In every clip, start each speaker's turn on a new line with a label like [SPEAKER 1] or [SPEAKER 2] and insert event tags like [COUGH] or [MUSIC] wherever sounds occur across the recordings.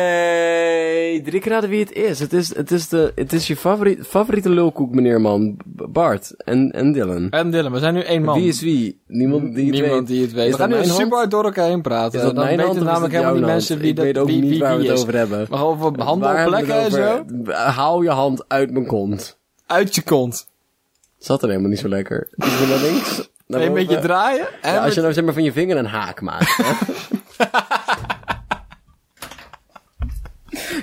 [SPEAKER 1] Hey, drie keer raden wie het is. Het is, het is, de, het is je favoriet, favoriete lulkoek, meneer man. B- Bart en, en Dylan.
[SPEAKER 2] En Dylan, we zijn nu één man.
[SPEAKER 1] Wie is wie? Niemand die het
[SPEAKER 2] Niemand
[SPEAKER 1] weet.
[SPEAKER 2] die het weet.
[SPEAKER 1] Is
[SPEAKER 2] we
[SPEAKER 1] dat
[SPEAKER 2] gaan nu
[SPEAKER 1] mijn hand?
[SPEAKER 2] super hard door elkaar heen praten.
[SPEAKER 1] Is dat
[SPEAKER 2] dan
[SPEAKER 1] mijn
[SPEAKER 2] weten
[SPEAKER 1] hand of is
[SPEAKER 2] namelijk
[SPEAKER 1] dat
[SPEAKER 2] helemaal niet
[SPEAKER 1] jouw
[SPEAKER 2] mensen
[SPEAKER 1] hand?
[SPEAKER 2] wie
[SPEAKER 1] Ik
[SPEAKER 2] dat
[SPEAKER 1] weet ook
[SPEAKER 2] wie,
[SPEAKER 1] niet
[SPEAKER 2] wie
[SPEAKER 1] waar we
[SPEAKER 2] wie
[SPEAKER 1] het
[SPEAKER 2] is.
[SPEAKER 1] over hebben.
[SPEAKER 2] Maar over handelplekken
[SPEAKER 1] Waar
[SPEAKER 2] en
[SPEAKER 1] hebben we
[SPEAKER 2] zo.
[SPEAKER 1] het over? Haal je hand uit mijn kont.
[SPEAKER 2] Uit je kont.
[SPEAKER 1] Zat er helemaal niet zo lekker. Dus weer naar links. naar
[SPEAKER 2] [LAUGHS] Een beetje
[SPEAKER 1] boven.
[SPEAKER 2] draaien. En
[SPEAKER 1] Ja, als je
[SPEAKER 2] met-
[SPEAKER 1] nou zeg maar van je vinger een haak maakt.
[SPEAKER 2] [LAUGHS]
[SPEAKER 1] hè.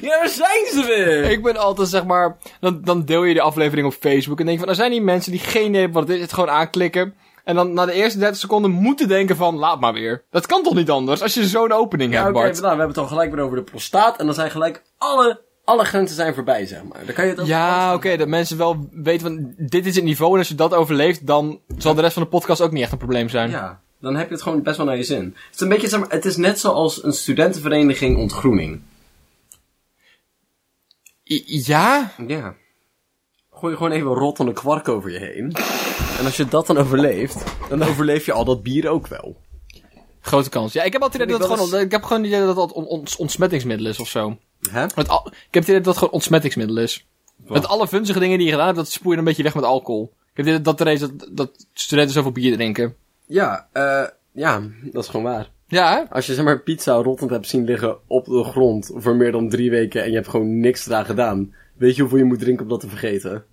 [SPEAKER 1] ja, daar zijn ze [LAUGHS] weer!
[SPEAKER 2] Ik ben altijd zeg maar. Dan, dan deel je de aflevering op Facebook. En denk je van. Er zijn die mensen die geen idee hebben wat het is. Het gewoon aanklikken. En dan na de eerste 30 seconden moeten denken van. Laat maar weer. Dat kan toch niet anders als je zo'n opening
[SPEAKER 1] Ja,
[SPEAKER 2] hebt,
[SPEAKER 1] oké,
[SPEAKER 2] Bart.
[SPEAKER 1] nou, we hebben het al gelijk weer over de prostaat. En dan zijn gelijk alle, alle grenzen zijn voorbij, zeg maar. Dan kan je het ook-
[SPEAKER 2] Ja, oké, dat mensen wel weten van dit is het niveau en als je dat overleeft, dan zal de rest van de podcast ook niet echt een probleem zijn.
[SPEAKER 1] Ja, dan heb je het gewoon best wel naar je zin. Het is een beetje, zeg maar, het is net zoals een studentenvereniging ontgroening.
[SPEAKER 2] I- ja?
[SPEAKER 1] Ja. Gooi gewoon even een rottende kwark over je heen. En als je dat dan overleeft, dan overleef je al dat bier ook wel.
[SPEAKER 2] Grote kans. Ja, ik heb altijd het idee dat
[SPEAKER 1] Ik
[SPEAKER 2] het
[SPEAKER 1] wel
[SPEAKER 2] gewoon, ik heb gewoon het idee dat dat on- ons ontsmettingsmiddel is of zo.
[SPEAKER 1] Hè?
[SPEAKER 2] Het al- ik heb het idee dat dat gewoon ontsmettingsmiddel is. Met alle vunzige dingen die je gedaan hebt, dat spoel je een beetje weg met alcohol. Ik heb het idee dat, er eens- dat, dat studenten zoveel bier drinken.
[SPEAKER 1] Ja, eh, ja, dat is gewoon waar.
[SPEAKER 2] Ja, hè?
[SPEAKER 1] Als je zeg maar pizza rottend hebt zien liggen op de grond voor meer dan drie weken en je hebt gewoon niks eraan gedaan. Weet je hoeveel je moet drinken om dat te vergeten?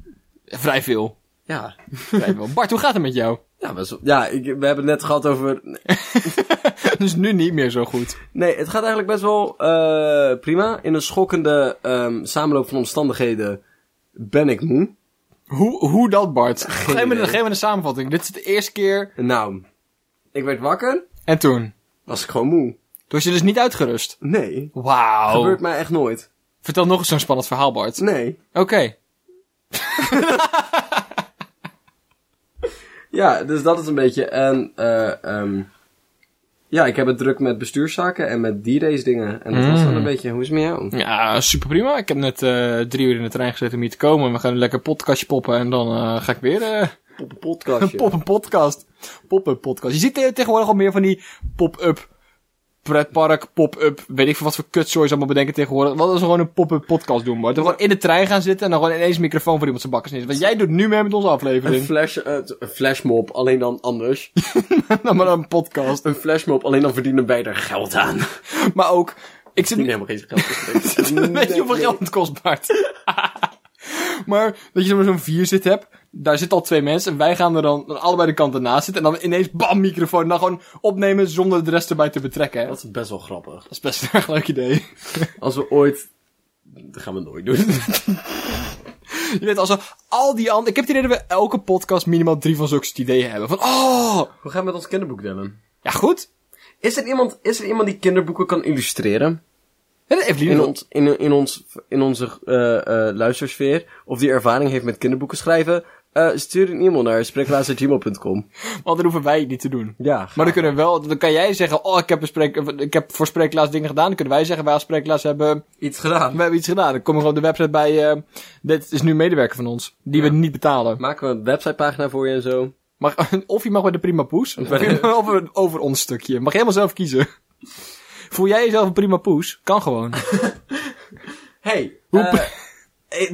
[SPEAKER 2] vrij veel.
[SPEAKER 1] Ja.
[SPEAKER 2] Vrij veel. Bart, hoe gaat het met jou?
[SPEAKER 1] Ja, best wel- ja ik, we hebben het net gehad over...
[SPEAKER 2] [LAUGHS] dus nu niet meer zo goed.
[SPEAKER 1] Nee, het gaat eigenlijk best wel eh, prima. In een schokkende ehm, samenloop van omstandigheden ben ik moe.
[SPEAKER 2] Hoe, hoe dat, Bart? Geef me,
[SPEAKER 1] idee.
[SPEAKER 2] de- geef me een samenvatting. Dit is de eerste keer.
[SPEAKER 1] Nou, ik werd wakker,
[SPEAKER 2] En toen?
[SPEAKER 1] was ik gewoon moe.
[SPEAKER 2] Toen was je dus niet uitgerust.
[SPEAKER 1] Nee,
[SPEAKER 2] Wauw.
[SPEAKER 1] gebeurt mij echt nooit.
[SPEAKER 2] Vertel nog eens zo'n spannend verhaal, Bart.
[SPEAKER 1] Nee.
[SPEAKER 2] Oké.
[SPEAKER 1] Ja, dus dat is een beetje. En eh ehm ja, ik heb het druk met bestuurszaken en met die race dingen. En dat was dan een beetje, hoe is het met jou?
[SPEAKER 2] Ja, super prima. Ik heb net eh, drie uur in de trein gezeten om hier te komen. We gaan een lekker podcastje poppen en dan eh, ga ik weer eh,
[SPEAKER 1] Op een podcastje.
[SPEAKER 2] pop [LAUGHS] een podcast. Pop-up podcast. Je ziet te- tegenwoordig al meer van die pop-up pretpark, pop-up, weet ik veel wat voor kutzooi ze allemaal bedenken tegenwoordig. Wat als we gewoon een pop-up podcast doen, maar gewoon in de trein gaan zitten en dan gewoon ineens een microfoon voor iemand zijn bakkers neer. Want jij doet nu mee met onze
[SPEAKER 1] Een,
[SPEAKER 2] aflevering. [LAUGHS]
[SPEAKER 1] flash, eh, t- een flashmob, alleen dan anders.
[SPEAKER 2] nou, maar dan een podcast.
[SPEAKER 1] een flashmob, alleen dan verdienen wij er geld aan. Niet
[SPEAKER 2] Maar ook,
[SPEAKER 1] [LAUGHS]
[SPEAKER 2] ik zit nu
[SPEAKER 1] helemaal geen geld.
[SPEAKER 2] [LAUGHS] Weet je hoeveel geld het kost, Bart? [LAUGHS] maar dat je zeg maar zo'n vierzit hebt. Daar zitten al twee mensen. En wij gaan er dan aan allebei de kanten naast zitten. En dan ineens bam, microfoon. En dan gewoon opnemen zonder de rest erbij te betrekken. hè. Dat
[SPEAKER 1] Dat is best wel grappig.
[SPEAKER 2] is best [LAUGHS] een erg leuk idee.
[SPEAKER 1] Als we ooit... Dat gaan we nooit [LAUGHS] doen.
[SPEAKER 2] je weet als we al die andere... Ik heb het idee dat we elke podcast minimaal drie van zulke ideeën hebben. Van, oh...
[SPEAKER 1] we gaan met ons kinderboek delen.
[SPEAKER 2] Ja, goed.
[SPEAKER 1] Is er iemand, is er iemand die kinderboeken kan illustreren?
[SPEAKER 2] Ja, dat heeft Lien
[SPEAKER 1] in,
[SPEAKER 2] wel.
[SPEAKER 1] ons, in, in, ons, in onze eh, eh, luistersfeer, of die ervaring heeft met kinderboeken schrijven, eh, stuur een e-mail naar spreeklaas.gmail.com.
[SPEAKER 2] Want dan hoeven wij het niet te doen.
[SPEAKER 1] Ja,
[SPEAKER 2] Maar dan kunnen we wel... Dan kan jij zeggen... Oh, ik heb, een spreek, ik heb voor Spreeklaas dingen gedaan. Dan kunnen wij zeggen... Wij als Spreeklaas hebben...
[SPEAKER 1] iets gedaan.
[SPEAKER 2] We hebben iets gedaan. Dan kom je gewoon op de website bij. eh, dit is nu een medewerker van ons. Die we niet betalen.
[SPEAKER 1] Maken we een websitepagina voor je en zo.
[SPEAKER 2] Mag, [LAUGHS] of je mag bij de Prima Poes. [LAUGHS] Of je mag over, een- over ons stukje. Mag je helemaal zelf kiezen. Voel jij jezelf een Prima Poes? Kan gewoon.
[SPEAKER 1] Hey, eh, [LAUGHS] eh,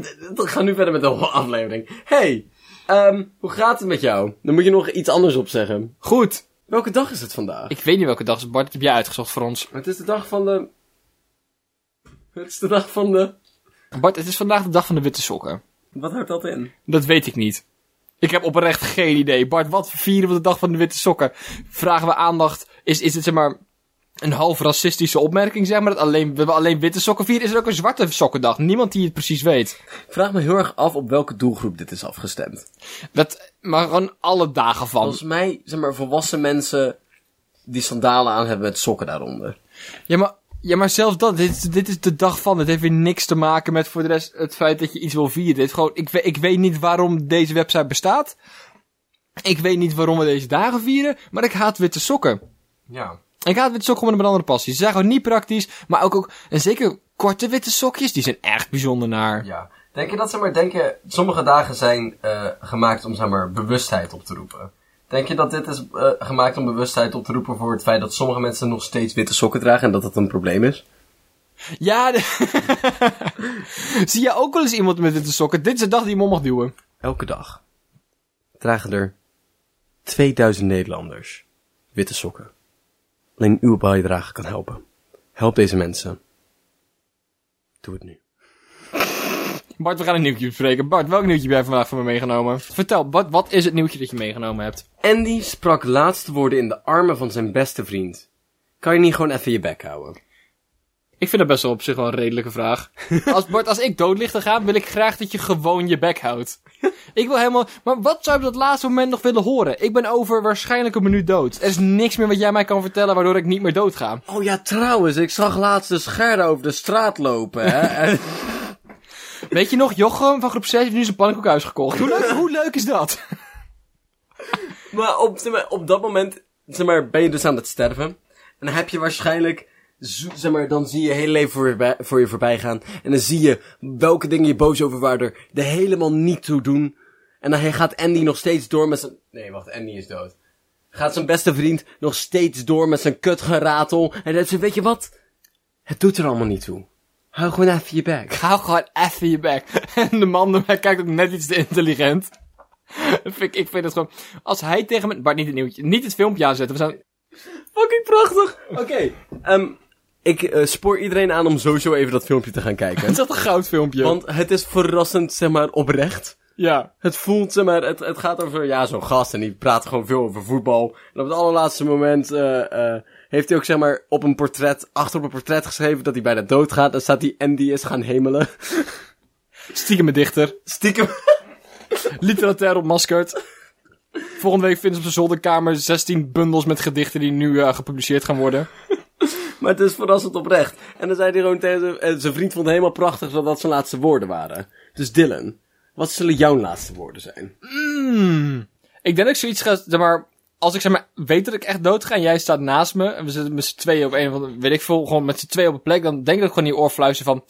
[SPEAKER 1] d- d- we gaan nu verder met de [LAUGHS] hele aflevering. Hey, ehm, hoe gaat het met jou? Dan moet je nog iets anders op zeggen.
[SPEAKER 2] Goed.
[SPEAKER 1] Welke dag is het vandaag?
[SPEAKER 2] Ik weet niet welke dag is het, Bart. Dat heb jij uitgezocht voor ons.
[SPEAKER 1] Het is de dag van de... Het is de dag van de...
[SPEAKER 2] Bart, het is vandaag de dag van de witte sokken.
[SPEAKER 1] Wat houdt dat in?
[SPEAKER 2] Dat weet ik niet. Ik heb oprecht geen idee. Bart, wat vieren we de dag van de witte sokken? Vragen we aandacht? Is, is het zeg maar een half racistische opmerking, zeg maar? Dat alleen, we alleen witte sokken vieren? Is er ook een zwarte sokkendag? Niemand die het precies weet.
[SPEAKER 1] Vraag me heel erg af op welke doelgroep dit is afgestemd.
[SPEAKER 2] Dat, maar gewoon alle dagen van.
[SPEAKER 1] Volgens mij, zeg maar, volwassen mensen die sandalen aan hebben met sokken daaronder.
[SPEAKER 2] Ja, maar, ja, maar zelfs dat. Dit, is- dit is de dag van. Het heeft weer niks te maken met voor de rest het feit dat je iets wil vieren. Dit is gewoon, ik, we- ik weet niet waarom deze website bestaat. Ik weet niet waarom we deze dagen vieren. Maar ik haat witte sokken.
[SPEAKER 1] Ja.
[SPEAKER 2] Ik haat witte sokken gewoon met een andere passie. Ze zijn gewoon niet praktisch, maar ook, ook en zeker korte witte sokjes, die zijn echt bijzonder naar.
[SPEAKER 1] ja. Denk je dat, zeg maar, denk je, sommige dagen zijn eh, gemaakt om, zeg maar, bewustheid op te roepen? Denk je dat dit is eh, gemaakt om bewustheid op te roepen voor het feit dat sommige mensen nog steeds witte sokken dragen en dat dat een probleem is?
[SPEAKER 2] Ja, [LAUGHS] de- zie je ook wel eens iemand met witte sokken? Dit is de dag die je mond mag duwen.
[SPEAKER 1] Elke dag dragen er 2000 Nederlanders witte sokken. Alleen uw bijdrage kan helpen. Help deze mensen. Doe het nu.
[SPEAKER 2] Bart, we gaan een nieuwtje bespreken. Bart, welk nieuwtje heb jij vandaag voor me meegenomen? Vertel, wat, wat is het nieuwtje dat je meegenomen hebt?
[SPEAKER 1] Andy sprak laatste woorden in de armen van zijn beste vriend. Kan je niet gewoon even je bek houden?
[SPEAKER 2] Ik vind dat best wel op zich wel een redelijke vraag. Als, Bart, als ik dood lig te gaan, wil ik graag dat je gewoon je bek houdt. Ik wil helemaal... Maar wat zou je op dat laatste moment nog willen horen? Ik ben over waarschijnlijk een minuut dood. Er is niks meer wat jij mij kan vertellen waardoor ik niet meer dood ga.
[SPEAKER 1] Oh ja, trouwens, ik zag laatst de scherder over de straat lopen, [LAUGHS] hè?
[SPEAKER 2] Weet je nog, Jochem van groep 6 heeft nu zijn pannenkoekhuis gekocht. Hoe leuk, hoe leuk is dat?
[SPEAKER 1] maar op, zeg maar, op dat moment, zeg maar, ben je dus aan het sterven. En dan heb je waarschijnlijk, zo- zeg maar, dan zie je je hele leven voor je, bij- voor je voorbij gaan. En dan zie je welke dingen je boos over waren er de helemaal niet toe doen. En dan gaat Andy nog steeds door met zijn... Nee, wacht, Andy is dood. Gaat zijn beste vriend nog steeds door met zijn kutgeratel. En dan zegt, weet je wat? Het doet er allemaal niet toe. Hou gewoon even je bek.
[SPEAKER 2] Hou gewoon even je bek. [LAUGHS] En de man hij kijkt ook net iets te intelligent. [LAUGHS] Dat vind ik, ik vind het gewoon... Als hij tegen me... Bart, niet het nieuwtje. Niet het filmpje aanzetten. We zijn...
[SPEAKER 1] Fucking prachtig. Oké. ehm, ik eh, spoor iedereen aan om sowieso even dat filmpje te gaan
[SPEAKER 2] [LAUGHS] Het
[SPEAKER 1] kijken.
[SPEAKER 2] is echt een goud filmpje.
[SPEAKER 1] Want het is verrassend, zeg maar, oprecht.
[SPEAKER 2] Ja.
[SPEAKER 1] Het voelt, zeg maar, het, het gaat over, ja, zo'n gast en die praat gewoon veel over voetbal. En op het allerlaatste moment eh, eh, heeft hij ook, zeg maar, op een portret, achter op een portret geschreven dat hij bijna dood gaat. Dan staat hij en die is gaan hemelen. [LAUGHS]
[SPEAKER 2] Stiekem een dichter.
[SPEAKER 1] Stiekem. [LAUGHS]
[SPEAKER 2] Literatair ontmaskerd. Volgende week vinden ze op zijn zolderkamer 16 bundels met gedichten die nu eh, gepubliceerd gaan worden.
[SPEAKER 1] Maar het is verrassend oprecht. En dan zei hij gewoon tegen zijn- en zijn vriend vond het helemaal prachtig dat dat zijn laatste woorden waren. Dus Dylan, wat zullen jouw laatste woorden zijn?
[SPEAKER 2] Ik denk dat ik zoiets ga, zeg maar, als ik zeg maar, weet dat ik echt dood ga en jij staat naast me en we zitten met z'n tweeën op een of andere, weet ik veel, gewoon met z'n tweeën op een plek, dan denk ik dat ik gewoon in je oor fluister van,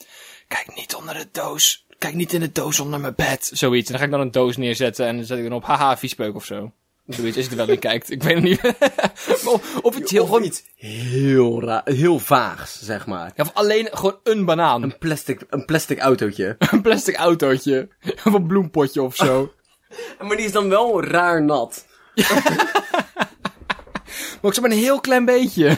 [SPEAKER 2] kijk niet onder de doos, kijk niet in de doos onder mijn bed, zoiets. En dan ga ik dan een doos neerzetten en dan zet ik dan op, haha, viespeuk of zo. Zoiets, als je er wel in kijkt. Ik weet het niet. [LAUGHS] Maar of, of het heel
[SPEAKER 1] Of
[SPEAKER 2] gewoon,
[SPEAKER 1] iets heel raar, heel vaags, zeg maar.
[SPEAKER 2] ja, of alleen gewoon een banaan.
[SPEAKER 1] Een plastic, een plastic autootje.
[SPEAKER 2] Een plastic autootje. Of een bloempotje of zo.
[SPEAKER 1] maar die is dan wel raar nat.
[SPEAKER 2] [LAUGHS] Maar ik zeg maar een heel klein [LAUGHS] beetje.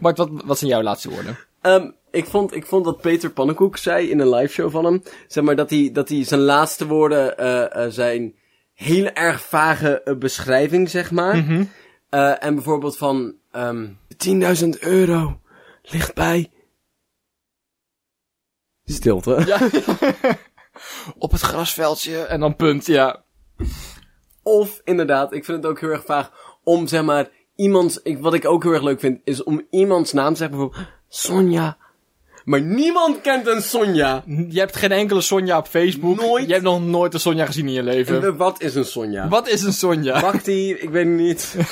[SPEAKER 2] Bart, wat, wat zijn jouw laatste woorden?
[SPEAKER 1] Ehm, ik, vond, ik vond dat Peter Pannenkoek zei in een liveshow van hem. Zeg maar dat hij, dat hij zijn laatste woorden eh, eh, zijn heel erg vage eh, beschrijving, zeg maar. Eh, en bijvoorbeeld van ehm 10.000 euro ligt bij. Stilte.
[SPEAKER 2] [LAUGHS] op het grasveldje en dan punt, ja.
[SPEAKER 1] Of inderdaad, ik vind het ook heel erg vaag om zeg maar iemands. Ik, wat ik ook heel erg leuk vind, is om iemands naam te zeggen, bijvoorbeeld Sonja. Maar niemand kent een Sonja.
[SPEAKER 2] Je hebt geen enkele Sonja op Facebook.
[SPEAKER 1] Nooit.
[SPEAKER 2] Je hebt nog nooit een Sonja gezien in je leven.
[SPEAKER 1] En eh, Wat is een Sonja?
[SPEAKER 2] Wat is een Sonja?
[SPEAKER 1] Bakti, ik weet het niet.
[SPEAKER 2] [LAUGHS]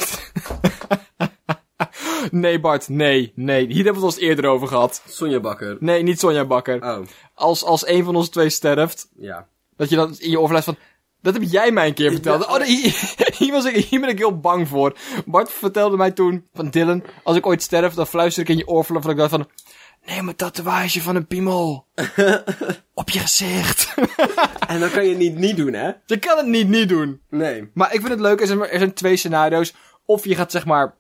[SPEAKER 2] Nee, Bart, nee, nee. Hier hebben we het al eens eerder over gehad.
[SPEAKER 1] Sonja Bakker.
[SPEAKER 2] Nee, niet Sonja Bakker.
[SPEAKER 1] Oh,
[SPEAKER 2] Als, als een van onze twee sterft, [LAUGHS]
[SPEAKER 1] ja.
[SPEAKER 2] dat je dan in je oorfluist van... Dat heb jij mij een keer verteld.
[SPEAKER 1] ben-
[SPEAKER 2] Oh, nee, hier, [LAUGHS] hier was ik, hier ben ik heel bang voor. Bart vertelde mij toen van Dylan... Als ik ooit sterf, dan fluister ik in je oorfluit van... Ik dacht van... Neem een tatoeage van een [LAUGHS] piemel. op je gezicht. [LAUGHS]
[SPEAKER 1] En dan kan je het niet niet doen, hè?
[SPEAKER 2] je kan het niet niet doen.
[SPEAKER 1] Nee.
[SPEAKER 2] Maar ik vind het leuk, er zijn, er zijn twee scenario's. Of je gaat zeg maar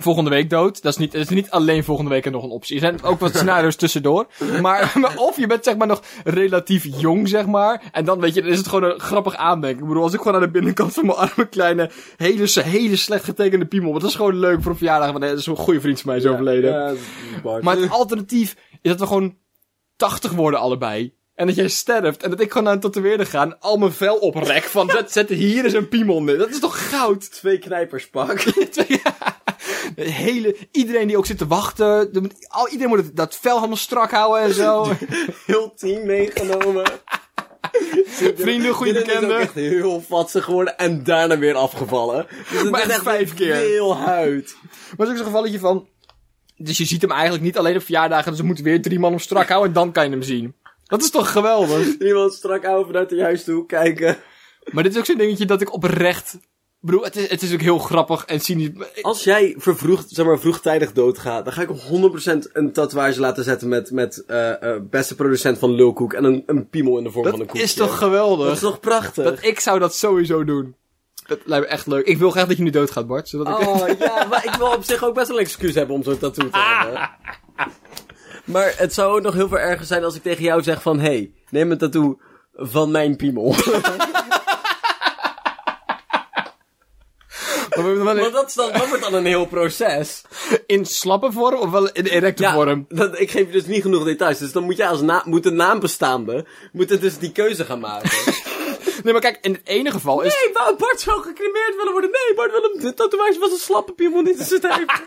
[SPEAKER 2] volgende week dood. Dat is niet, dat is niet alleen volgende week en nog een optie. Er zijn ook wat [LAUGHS] scenario's tussendoor. Maar, [LAUGHS] maar of je bent zeg maar nog relatief jong zeg maar. En dan weet je, dan is het gewoon een grappig aandenken. Ik bedoel, als ik gewoon aan de binnenkant van mijn arme kleine, hele, hele slecht getekende piemel. Want dat is gewoon leuk voor een verjaardag. Want eh, dat is een goede vriend van mij is overleden.
[SPEAKER 1] Ja, dat is Eh, Bart.
[SPEAKER 2] [LAUGHS] Maar het alternatief is dat we gewoon 80 worden allebei. En dat jij sterft en dat ik gewoon naar een tatoeëerder ga en al mijn vel oprek van zet, zet hier eens een piemel neer. Dat is toch goud? [LAUGHS]
[SPEAKER 1] twee knijpers pak. [LAUGHS]
[SPEAKER 2] De hele, iedereen die ook zit te wachten, de- al, iedereen moet het, dat vel helemaal strak houden en
[SPEAKER 1] [LAUGHS]
[SPEAKER 2] zo.
[SPEAKER 1] Heel team
[SPEAKER 2] [LAUGHS]
[SPEAKER 1] meegenomen.
[SPEAKER 2] Vrienden, goede
[SPEAKER 1] Dylan is ook
[SPEAKER 2] bekenden.
[SPEAKER 1] echt heel vatsig geworden en daarna weer afgevallen. Dus het
[SPEAKER 2] Maar
[SPEAKER 1] is
[SPEAKER 2] echt vijf keer.
[SPEAKER 1] Veel huid.
[SPEAKER 2] Maar het is ook zo'n gevalletje van, dus je ziet hem eigenlijk niet alleen op verjaardagen, dus er moeten weer drie man hem strak houden en dan kan je hem zien. Dat is toch
[SPEAKER 1] [LAUGHS]
[SPEAKER 2] geweldig?
[SPEAKER 1] Iemand strak over vanuit de juiste hoek kijken.
[SPEAKER 2] Maar dit is ook zo'n dingetje dat ik oprecht bedoel, het is, het is ook heel grappig en cynisch. maar ik-
[SPEAKER 1] Als jij vervroegd, zeg maar, vroegtijdig doodgaat, dan ga ik op 100% een tatoeage laten zetten met, met eh, eh, beste producent van Lil Koek en een, een piemel in de vorm van een
[SPEAKER 2] Dat
[SPEAKER 1] koekje.
[SPEAKER 2] is toch geweldig?
[SPEAKER 1] Dat is toch prachtig?
[SPEAKER 2] Dat ik zou dat sowieso doen. Dat lijkt me echt leuk. Ik wil graag dat je nu doodgaat, Bart. Zodat ik...
[SPEAKER 1] Oh, ja, maar ik wil op zich ook best wel een excuus hebben om zo'n tattoo te
[SPEAKER 2] [LAUGHS]
[SPEAKER 1] hebben. Maar het zou ook nog heel veel erger zijn als ik tegen jou zeg van... hey, neem een tattoo van mijn
[SPEAKER 2] [LAUGHS]
[SPEAKER 1] piemel.
[SPEAKER 2] [LAUGHS] Maar we hebben
[SPEAKER 1] [LAUGHS]
[SPEAKER 2] wel
[SPEAKER 1] Want
[SPEAKER 2] in,
[SPEAKER 1] dat, is dan, dat wordt dan een heel proces.
[SPEAKER 2] in slappe vorm of wel in erecte
[SPEAKER 1] Ja,
[SPEAKER 2] vorm?
[SPEAKER 1] dat, ik geef je dus niet genoeg details. Dus dan moet jij als na, moet de naambestaande... moet het dus die keuze gaan maken.
[SPEAKER 2] Nee, maar kijk, in het ene geval is...
[SPEAKER 1] Nee, wou Bart zou gecremeerd willen worden. Nee, Bart Willem, de tatoeage was een slappe piemel niet Dus eens het heeft.
[SPEAKER 2] [LAUGHS]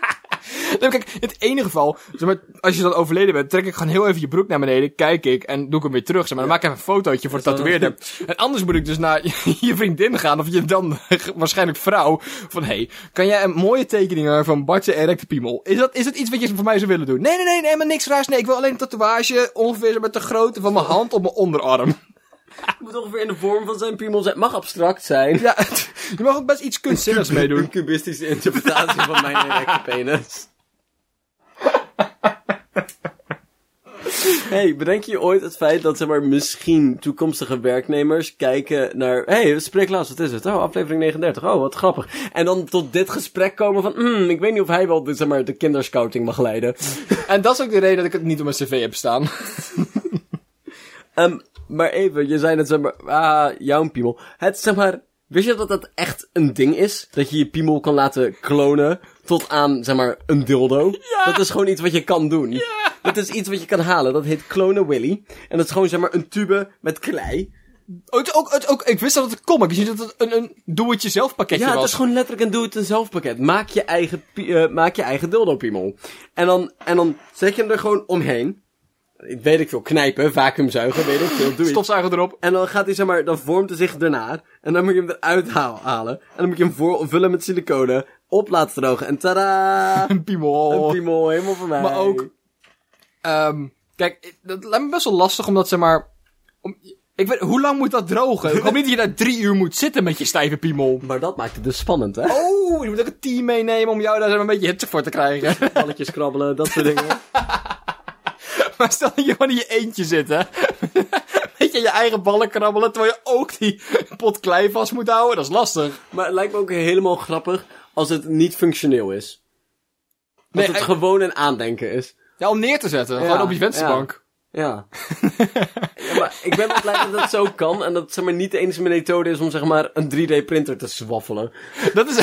[SPEAKER 2] Nee, maar kijk, in het ene geval, zeg maar, als je dan overleden bent, trek ik gewoon heel even je broek naar beneden, kijk ik en doe ik hem weer terug. Zeg maar, dan maak ik even een fotootje voor het
[SPEAKER 1] Dat is wel-
[SPEAKER 2] tatoeëerder. En anders moet ik dus naar [LAUGHS] je vriendin gaan, of je dan [LAUGHS] waarschijnlijk vrouw, van hey, kan jij een mooie tekening maken van Bartje erecte piemel? Is dat, is dat iets wat je voor mij zou willen doen? Nee, nee, nee, nee, maar niks raars. Nee, ik wil alleen een tatoeage, ongeveer met de grootte van mijn hand op mijn onderarm.
[SPEAKER 1] [LAUGHS]
[SPEAKER 2] [LAUGHS]
[SPEAKER 1] moet ongeveer in de vorm van zijn piemel zijn. mag abstract zijn.
[SPEAKER 2] Ja, [LAUGHS] je mag ook best iets kunstzinnigs
[SPEAKER 1] [LAUGHS]
[SPEAKER 2] meedoen.
[SPEAKER 1] Een cubistische interpretatie van mijn erecte penis. [LAUGHS] hey, bedenk je ooit het feit dat zeg maar, misschien toekomstige werknemers kijken naar... hey, spreek laatst, wat is het? Oh, aflevering 39. Oh, wat grappig. En dan tot dit gesprek komen van... "Hmm, ik weet niet of hij wel de, zeg maar, de kinderscouting mag leiden.
[SPEAKER 2] En dat is ook de reden dat ik het niet op mijn cv heb staan.
[SPEAKER 1] Ehm, maar even, je zei net zeg maar... Ah, jouw piemel. Het zeg maar... Wist je dat dat echt een ding is? Dat je je piemel kan laten klonen tot aan, zeg maar, een dildo? Dat is gewoon iets wat je kan doen. Dat is iets wat je kan halen. Dat heet klonen Willy. En dat is gewoon, zeg maar, een tube met klei.
[SPEAKER 2] Oh, het- ook, het- ook, ik wist dat het een comic is, niet dat het een, een doe-het-jezelf pakketje
[SPEAKER 1] Ja, het
[SPEAKER 2] was.
[SPEAKER 1] is gewoon letterlijk een doe-het-zelf pakket. Maak je eigen, pi- eh, maak je eigen dildo piemel. En dan, en dan zet je hem er gewoon omheen. Ik Weet ik veel, knijpen, vacuümzuigen, weet ik veel, doe iets.
[SPEAKER 2] Stofzuiger erop. [LAUGHS]
[SPEAKER 1] En dan gaat hij, zeg maar, dan vormt hij zich daarna. En dan moet je hem eruit haal- halen. En dan moet je hem voor, vullen met siliconen. Op laten drogen. En tadaa!
[SPEAKER 2] Een piemel.
[SPEAKER 1] Een piemel, helemaal van mij.
[SPEAKER 2] Maar ook... ehm, kijk, dat lijkt me best wel lastig, omdat zeg maar... Om, ik weet, hoe lang moet dat drogen? Ik hoop niet dat je daar drie uur moet zitten met je stijve piemel.
[SPEAKER 1] Maar dat maakt het dus spannend, hè?
[SPEAKER 2] Oh, je moet ook een team meenemen om jou daar zeg maar, een beetje hitte voor te krijgen. [LAUGHS]
[SPEAKER 1] Balletjes krabbelen, dat soort [LAUGHS] dingen.
[SPEAKER 2] maar stel dat je gewoon in je eentje zit, hè. [LAUGHS] Weet je, je eigen ballen krabbelen, terwijl je ook die pot klei vast moet houden. Dat is lastig.
[SPEAKER 1] Maar het lijkt me ook helemaal grappig als het niet functioneel is. Als
[SPEAKER 2] Nee,
[SPEAKER 1] het
[SPEAKER 2] eh,
[SPEAKER 1] gewoon een aandenken is.
[SPEAKER 2] Ja, om neer te zetten. gewoon op je vensterbank.
[SPEAKER 1] [LAUGHS] Ja. ja maar ik ben wel blij dat dat zo kan. En dat het zeg maar, niet de enige methode is om zeg maar, een 3D-printer te zwaffelen.
[SPEAKER 2] Dat is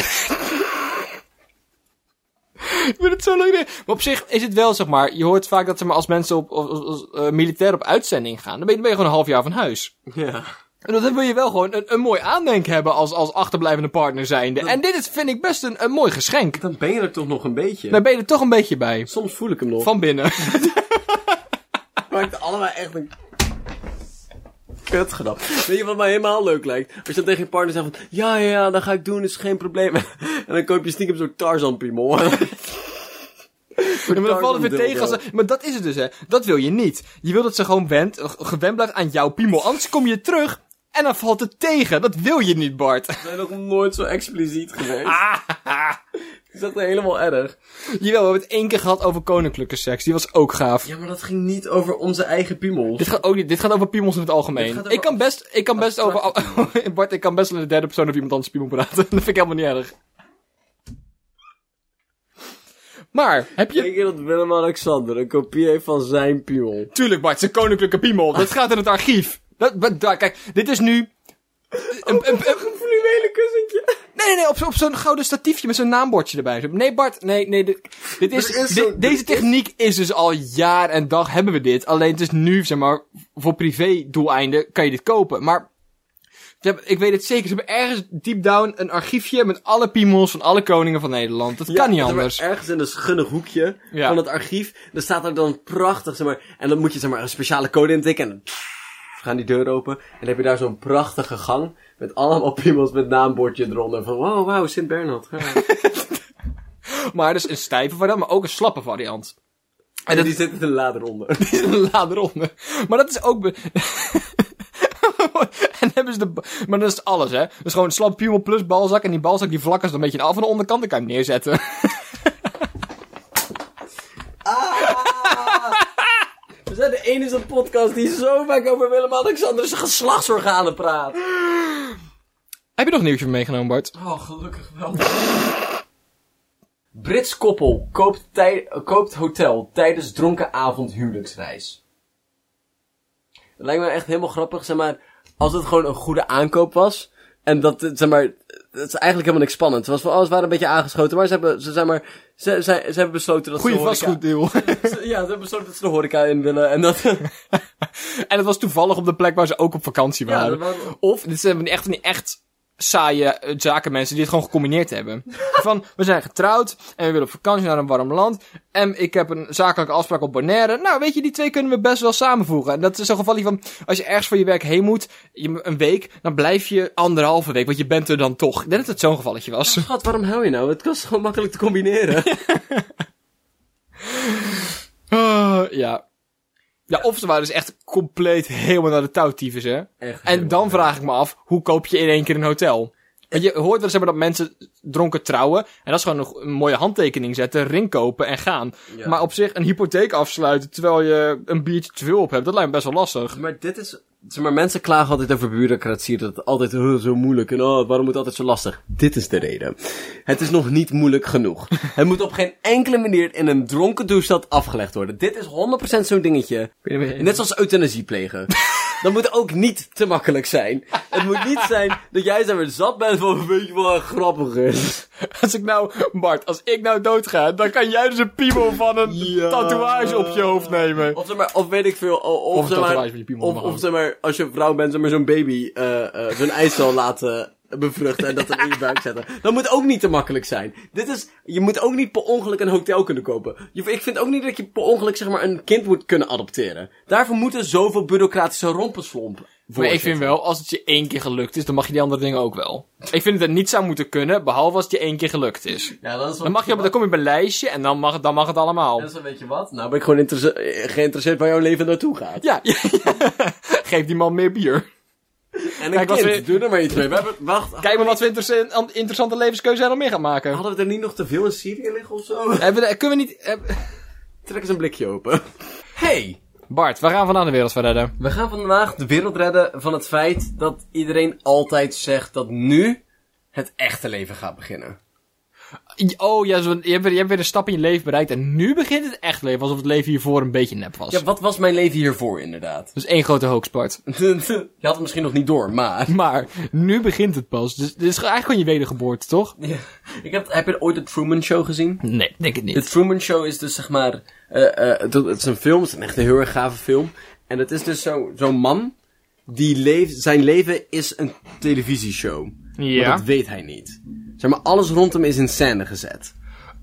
[SPEAKER 2] Ik vind het zo leuk. Maar op zich is het wel, zeg maar... Je hoort vaak dat ze maar als mensen op, als- als- als, eh, militair op uitzending gaan... Dan ben, je, dan ben je gewoon een half jaar van huis.
[SPEAKER 1] Ja.
[SPEAKER 2] En dan wil je wel gewoon een, een mooi aandenken hebben als, als achterblijvende partner zijnde. En dit is, vind ik best een, een mooi geschenk.
[SPEAKER 1] Dan ben je er toch nog een beetje.
[SPEAKER 2] Daar ben je er toch een beetje bij.
[SPEAKER 1] Soms voel ik hem nog.
[SPEAKER 2] Van binnen.
[SPEAKER 1] maakt allemaal echt een... Kutgrap. Weet je wat mij helemaal leuk lijkt? Als je dan tegen je partner zegt van... Ja, ja, ja, dat ga ik doen, is geen probleem. [LAUGHS] En dan koop je stiekem zo'n [LAUGHS] Tarzan-piemel.
[SPEAKER 2] Ja, maar dan vallen we
[SPEAKER 1] Tarzan
[SPEAKER 2] tegen. Als
[SPEAKER 1] dildo.
[SPEAKER 2] ze- maar dat is het dus, hè. Dat wil je niet. Je wil dat ze gewoon went, gewend blijft aan jouw piemel. Anders kom je terug en dan valt het tegen. Dat wil je niet, Bart.
[SPEAKER 1] We zijn nog nooit zo expliciet geweest. [LAUGHS] is dat nou helemaal erg.
[SPEAKER 2] Jawel, we hebben het één keer gehad over koninklijke seks. Die was ook gaaf.
[SPEAKER 1] Ja, maar dat ging niet over onze eigen piemels.
[SPEAKER 2] Dit gaat ook niet. Dit gaat over piemels in het algemeen.
[SPEAKER 1] Dit gaat over
[SPEAKER 2] ik kan best, ik kan best over. [LAUGHS] Bart, ik kan best wel in de derde persoon over iemand anders piemel praten. [LAUGHS] dat vind ik helemaal niet erg. Maar, heb je.
[SPEAKER 1] Denk je dat Willem-Alexander een kopie heeft van zijn piemel?
[SPEAKER 2] Tuurlijk, Bart, zijn koninklijke
[SPEAKER 1] [LAUGHS]
[SPEAKER 2] piemel. Dat gaat in het archief. Dat, dat- daar, kijk, dit is nu. Een, een, een-
[SPEAKER 1] Een fluwelen kussentje.
[SPEAKER 2] nee, nee, nee, op, zo- op zo'n gouden statiefje met zo'n naambordje erbij. Zo, Nee, Bart, nee, nee. Dit, dit is,
[SPEAKER 1] Er is
[SPEAKER 2] di-
[SPEAKER 1] zo'n- er
[SPEAKER 2] deze
[SPEAKER 1] is-
[SPEAKER 2] techniek is dus al jaar en dag hebben we dit. Alleen het is nu, zeg maar, voor privé-doeleinden kan je dit kopen. Maar ze hebben- ik weet het zeker, ze hebben ergens deep down een archiefje met alle piemels van alle koningen van Nederland. Dat kan niet
[SPEAKER 1] zeg maar,
[SPEAKER 2] anders.
[SPEAKER 1] Ergens in een schunnig hoekje
[SPEAKER 2] Ja.
[SPEAKER 1] van het archief. Dan staat er dan prachtig, zeg maar. En dan moet je zeg maar, een speciale code intikken. En dan gaan die deuren open. En dan heb je daar zo'n prachtige gang. Met allemaal [LAUGHS] piemels met naambordje eronder. Van wow, wauw, Sint Bernard. Ja.
[SPEAKER 2] Maar dus een stijve variant, maar ook een slappe variant.
[SPEAKER 1] en die zitten er
[SPEAKER 2] [LAUGHS]
[SPEAKER 1] later onder. [LAUGHS]
[SPEAKER 2] lader onder. Maar dat is ook. be- [LAUGHS] en hebben ze de... ba- Maar dat is alles, hè. Dus gewoon slap piemel plus balzak. En die balzak die vlak is dan een beetje af aan de onderkant. Dan kan je hem neerzetten. [LAUGHS]
[SPEAKER 1] We zijn de enige podcast die zo vaak over Willem-Alexander's geslachtsorganen praat.
[SPEAKER 2] Heb je nog een nieuwtje voor meegenomen, Bart?
[SPEAKER 1] Oh, gelukkig wel. [LAUGHS] Brits koppel koopt, tij- eh, koopt hotel tijdens dronken avond huwelijksreis. Dat lijkt me echt helemaal grappig, zeg maar. Als het gewoon een goede aankoop was. En dat, eh, zeg maar, het is eigenlijk helemaal niks spannend. Het was van, oh, ze waren een beetje aangeschoten, maar ze hebben, ze, zeg maar, ze, ze, ze hebben besloten dat
[SPEAKER 2] Goeie
[SPEAKER 1] ze de horeca-
[SPEAKER 2] vastgoeddeal.
[SPEAKER 1] Ze- [LAUGHS] Ja, ze hebben besloten dat ze de horeca in willen en dat...
[SPEAKER 2] [LAUGHS] en dat was toevallig op de plek waar ze ook op vakantie
[SPEAKER 1] Ja, [LAUGHS]
[SPEAKER 2] waren.
[SPEAKER 1] dat waren-
[SPEAKER 2] Of, dit zijn van die echt, van die echt saaie eh, zakenmensen die het gewoon gecombineerd hebben. [LAUGHS] van, we zijn getrouwd en we willen op vakantie naar een warm land. En ik heb een zakelijke afspraak op Bonaire. Nou, weet je, die twee kunnen we best wel samenvoegen. En dat is zo'n geval die van, als je ergens voor je werk heen moet, je- een week, dan blijf je anderhalve week, want je bent er dan toch. Ik denk dat het zo'n gevalletje was.
[SPEAKER 1] Schat, waarom hou je nou? Het was gewoon makkelijk te
[SPEAKER 2] [LAUGHS]
[SPEAKER 1] combineren.
[SPEAKER 2] Ah, [LAUGHS] ja. Ja, of ze waren dus echt compleet helemaal naar de touwtyfus, hè?
[SPEAKER 1] Echt
[SPEAKER 2] En dan vraag ik me af, hoe koop je in één keer een hotel? Want je hoort wel eens hebben dat mensen dronken trouwen. En dat is gewoon nog een mooie handtekening zetten, ring kopen en gaan.
[SPEAKER 1] Ja.
[SPEAKER 2] Maar op zich, een hypotheek afsluiten terwijl je een biertje te veel op hebt, dat lijkt me best wel lastig.
[SPEAKER 1] Maar dit is... Zeg maar, mensen klagen altijd over bureaucratie, dat het altijd "Oh, zo moeilijk en oh, waarom moet het altijd zo lastig? Dit is de reden. Het is nog niet moeilijk genoeg. het moet op geen enkele manier in een dronken toestand afgelegd worden. Dit is 100% zo'n dingetje. Net zoals euthanasie plegen. Dat moet ook niet te makkelijk zijn. Het moet niet zijn dat jij zeg maar zat bent van, weet je wat grappig is.
[SPEAKER 2] Als ik nou, Bart, als ik nou doodga, dan kan jij dus een piemel van een
[SPEAKER 1] Ja.
[SPEAKER 2] tatoeage op je hoofd nemen.
[SPEAKER 1] Of, zeg maar, of weet ik veel, o- of,
[SPEAKER 2] Of een
[SPEAKER 1] zeg maar,
[SPEAKER 2] tatoeage met je piemel
[SPEAKER 1] of,
[SPEAKER 2] omhoog.
[SPEAKER 1] of zeg maar, als je vrouw bent, zeg maar zo'n baby, eh eh zo'n eicel laten bevruchten en dat er in je buik zetten. Dat moet ook niet te makkelijk zijn. Dit is, je moet ook niet per ongeluk een hotel kunnen kopen. Je, ik vind ook niet dat je per ongeluk, zeg maar, een kind moet kunnen adopteren. Daarvoor moeten zoveel bureaucratische rompenswomp voor
[SPEAKER 2] Maar ik
[SPEAKER 1] zitten.
[SPEAKER 2] vind wel, als het je één keer gelukt is, dan mag je die andere dingen ook wel. Ik vind dat het niet zou moeten kunnen, behalve als het je één keer gelukt is.
[SPEAKER 1] Ja, dat is wel-
[SPEAKER 2] Dan, mag je, op- dan kom je op een lijstje en dan mag, dan mag het allemaal.
[SPEAKER 1] Dat is wel, weet je wat? Nou ben ik gewoon interesse- eh, geïnteresseerd waar jouw leven naartoe gaat.
[SPEAKER 2] Ja, [LAUGHS] ja, ja. geef die man meer bier.
[SPEAKER 1] En een
[SPEAKER 2] Kijk,
[SPEAKER 1] kind,
[SPEAKER 2] als we-
[SPEAKER 1] doe er maar iets mee. We hebben, wacht,
[SPEAKER 2] Kijk maar wat we interesse- interessante levenskeuze er nog meer gaan maken.
[SPEAKER 1] hadden we er niet nog te veel in Syrië liggen of zo?
[SPEAKER 2] Hebben we de- kunnen we niet... eh,
[SPEAKER 1] Trek eens een blikje open. [LAUGHS] Hey,
[SPEAKER 2] Bart, we gaan vandaag de wereld verder.
[SPEAKER 1] we gaan vandaag de wereld redden van het feit dat iedereen altijd zegt dat nu het echte leven gaat beginnen.
[SPEAKER 2] Oh, ja, zo, je, hebt weer, je hebt weer een stap in je leven bereikt en nu begint het echt leven. Alsof het leven hiervoor een beetje nep was.
[SPEAKER 1] Ja, wat was mijn leven hiervoor inderdaad? [LAUGHS]
[SPEAKER 2] Dus één grote hoax, Bart.
[SPEAKER 1] Je had het misschien nog niet door, maar...
[SPEAKER 2] [LAUGHS]
[SPEAKER 1] [LAUGHS]
[SPEAKER 2] Maar, nu begint het pas. Dus dit is eigenlijk gewoon je wedergeboorte, toch?
[SPEAKER 1] Ja, Ik heb, heb je ooit de Truman Show gezien?
[SPEAKER 2] Nee, denk het niet.
[SPEAKER 1] De Truman Show is dus zeg maar... eh, eh, het, het is een film, het is een echt een heel erg gave film. En het is dus zo- zo'n man... Die leeft, zijn leven is een televisieshow.
[SPEAKER 2] Ja.
[SPEAKER 1] Maar dat weet hij niet. Zeg maar, alles rond hem is in scène gezet.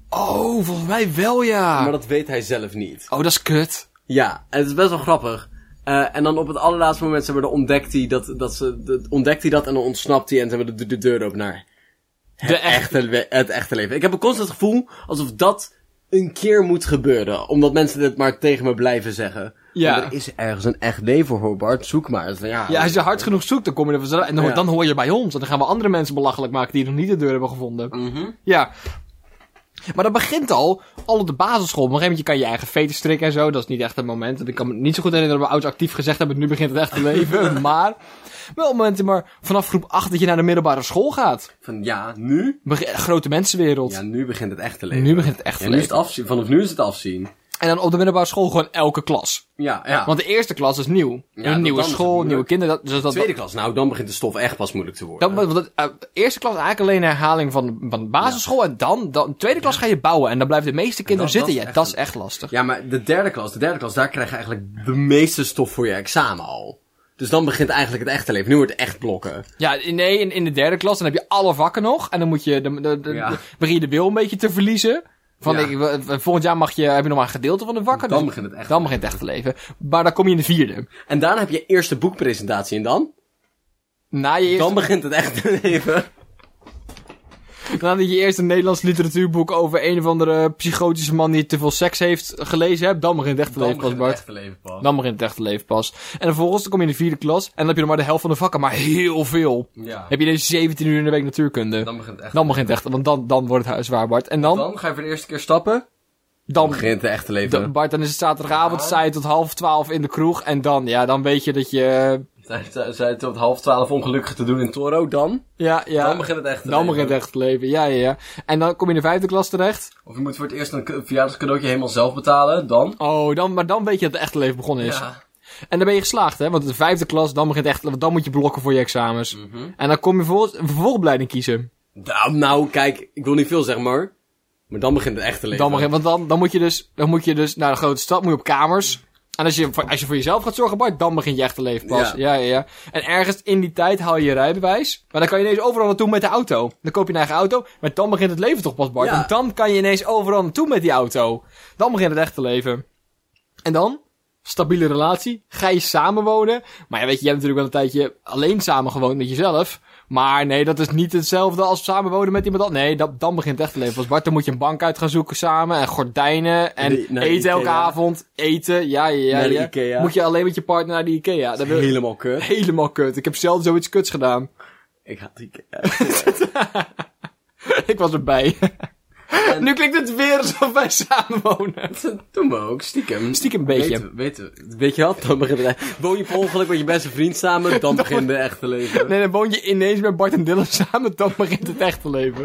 [SPEAKER 2] Oh, volgens mij wel ja.
[SPEAKER 1] Maar dat weet hij zelf niet.
[SPEAKER 2] Oh, dat is kut.
[SPEAKER 1] Ah. Ja, en het is best wel grappig. Eh, en dan op het allerlaatste moment ze hebben, dan ontdekt hij dat, dat ze, dat, ontdekt hij dat en dan ontsnapt hij en ze hebben de, de deur open naar het,
[SPEAKER 2] De echte-
[SPEAKER 1] echte, le- het echte leven. Ik heb een constant gevoel alsof dat een keer moet gebeuren. Omdat mensen dit maar tegen me blijven zeggen.
[SPEAKER 2] Ja.
[SPEAKER 1] Want Er is ergens een echt leven voor Bart, zoek maar. Dus van, ja,
[SPEAKER 2] Ja, als je hard genoeg zoekt, dan kom je er vanzelf. En dan, hoor-
[SPEAKER 1] Ja.
[SPEAKER 2] dan hoor je bij ons. En dan gaan we andere mensen belachelijk maken die nog niet de deur hebben gevonden.
[SPEAKER 1] Mhm.
[SPEAKER 2] Ja. Maar dat begint al, al op de basisschool. Op een gegeven moment je kan je eigen veten strikken en zo. Dat is niet echt het moment. Want Ik kan me niet zo goed herinneren dat we ouders actief gezegd hebben. Nu begint het echte
[SPEAKER 1] [LAUGHS]
[SPEAKER 2] leven. maar wel op momenten maar vanaf groep 8 dat je naar de middelbare school gaat.
[SPEAKER 1] van ja, nu?
[SPEAKER 2] Beg- grote mensenwereld.
[SPEAKER 1] Ja, nu begint het echte leven.
[SPEAKER 2] nu begint het echte
[SPEAKER 1] Ja, nu is
[SPEAKER 2] leven.
[SPEAKER 1] het afzien. Vanaf nu is het afzien.
[SPEAKER 2] En dan op de middelbare school gewoon elke klas.
[SPEAKER 1] Ja, ja.
[SPEAKER 2] Want de eerste klas is nieuw.
[SPEAKER 1] dat-
[SPEAKER 2] een nieuwe
[SPEAKER 1] dan is het
[SPEAKER 2] school,
[SPEAKER 1] moeilijk.
[SPEAKER 2] nieuwe kinderen. Dat, dus dat,
[SPEAKER 1] Tweede klas, nou dan begint de stof echt pas moeilijk te worden.
[SPEAKER 2] Dan, want dat, eh, eerste klas eigenlijk alleen een herhaling van, van de basisschool. En dan, dan, tweede klas ga je bouwen. En dan blijven de meeste kinderen
[SPEAKER 1] dat-
[SPEAKER 2] zitten.
[SPEAKER 1] dat is
[SPEAKER 2] ja, dat is echt lastig.
[SPEAKER 1] Ja, maar de derde klas, de derde klas, daar krijg je eigenlijk de meeste stof voor je examen al. Dus dan begint eigenlijk het echte leven. Nu wordt het echt blokken.
[SPEAKER 2] Ja, in- nee, in, in de derde klas dan heb je alle vakken nog. En dan moet je, dan, dan, dan-
[SPEAKER 1] Ja.
[SPEAKER 2] dan begin je de wil een beetje te verliezen. Van,
[SPEAKER 1] Ja.
[SPEAKER 2] ik, w- w- volgend jaar mag je, heb je nog maar een gedeelte van de vakken.
[SPEAKER 1] Dan
[SPEAKER 2] Dus
[SPEAKER 1] begint het echt
[SPEAKER 2] Dan begint het echte leven. Maar dan kom je in de vierde.
[SPEAKER 1] En daarna heb je eerste boekpresentatie en dan?
[SPEAKER 2] Na je eerste...
[SPEAKER 1] Dan begint het echte leven.
[SPEAKER 2] Nadat je eerst een Nederlands literatuurboek over een of andere psychotische man die te veel seks heeft gelezen hebt, dan begint het echte leven
[SPEAKER 1] Dan
[SPEAKER 2] pas,
[SPEAKER 1] begint het
[SPEAKER 2] Bart.
[SPEAKER 1] echte leven pas.
[SPEAKER 2] Dan begint het echte leven pas. En vervolgens dan kom je in de vierde klas en dan heb je nog maar de helft van de vakken, maar heel veel.
[SPEAKER 1] Ja.
[SPEAKER 2] Heb je ineens 17 uur in de week natuurkunde. Dan,
[SPEAKER 1] Dan begint het echt.
[SPEAKER 2] begint het echt, want dan, dan wordt het hu- zwaar, Bart. En dan,
[SPEAKER 1] Dan ga je voor de eerste keer stappen. Dan
[SPEAKER 2] dan,
[SPEAKER 1] begint het echte leven.
[SPEAKER 2] dan- Bart, dan is het zaterdagavond, sta je tot half twaalf in de kroeg en dan, ja, dan weet je dat je,
[SPEAKER 1] Zijn- Zijn zijn tot half twaalf ongelukkig te doen in Toro, dan?
[SPEAKER 2] ja, ja.
[SPEAKER 1] Dan begint het echte
[SPEAKER 2] Dan
[SPEAKER 1] leven.
[SPEAKER 2] begint het echt leven, ja, ja, ja. En dan kom je in de vijfde klas terecht.
[SPEAKER 1] Of je moet voor het eerst een k- verjaardagscadeautje helemaal zelf betalen, dan? Dus-
[SPEAKER 2] Oh, dan, maar dan weet je dat het echte leven begonnen is.
[SPEAKER 1] Ja.
[SPEAKER 2] En dan ben je geslaagd, hè? Want in de vijfde klas, dan begint echt, want dan moet je blokken voor je examens.
[SPEAKER 1] Mhm.
[SPEAKER 2] En dan kom je vervolgens een vervolgopleiding kiezen.
[SPEAKER 1] Nou, nou, kijk, ik wil niet veel zeggen, maar... Maar dan begint het echte leven.
[SPEAKER 2] Dan begin, want dan, dan, moet je dus, dan moet je dus naar een grote stad, moet je op kamers. En als je, voor- als je voor jezelf gaat zorgen, Bart, dan begint je echte leven pas.
[SPEAKER 1] Ja.
[SPEAKER 2] Ja. ja, ja, En ergens in die tijd haal je je rijbewijs. Maar dan kan je ineens overal naartoe met de auto. Dan koop je een eigen auto, maar dan begint het leven toch pas, Bart.
[SPEAKER 1] Ja.
[SPEAKER 2] En dan kan je ineens overal naartoe met die auto. Dan begint het echte leven. En dan? Stabiele relatie. Ga je samenwonen. Maar ja, weet je, je hebt natuurlijk wel een tijdje alleen samengewoond met jezelf. Maar nee, dat is niet hetzelfde als samenwonen met iemand anders. Nee, dat, dan begint het echte leven. Als Bart, dan moet je een bank uit gaan zoeken samen. En gordijnen. En
[SPEAKER 1] Nee, naar de
[SPEAKER 2] eten elke
[SPEAKER 1] Ikea.
[SPEAKER 2] avond. Eten. Ja, ja, ja.
[SPEAKER 1] Naar de
[SPEAKER 2] ja.
[SPEAKER 1] Ikea.
[SPEAKER 2] Moet je alleen met je partner naar de Ikea. Dat
[SPEAKER 1] [LAUGHS]
[SPEAKER 2] wil
[SPEAKER 1] Helemaal kut.
[SPEAKER 2] helemaal kut. Ik heb zelden zoiets kuts gedaan. [LAUGHS]
[SPEAKER 1] Ik haat die...
[SPEAKER 2] Ik was erbij.
[SPEAKER 1] En-
[SPEAKER 2] Nu klinkt het weer alsof wij samenwonen.
[SPEAKER 1] [LAUGHS] Dat doen we ook, stiekem.
[SPEAKER 2] Stiekem een beetje.
[SPEAKER 1] Weten, we- weten, we- weet je wat? Dan begint het echte... Woon je per ongeluk met je beste vriend samen, [LAUGHS] dan begint het echte [LAUGHS] leven.
[SPEAKER 2] Nee, dan woon je ineens met Bart en Dylan samen. Dan begint het echte leven.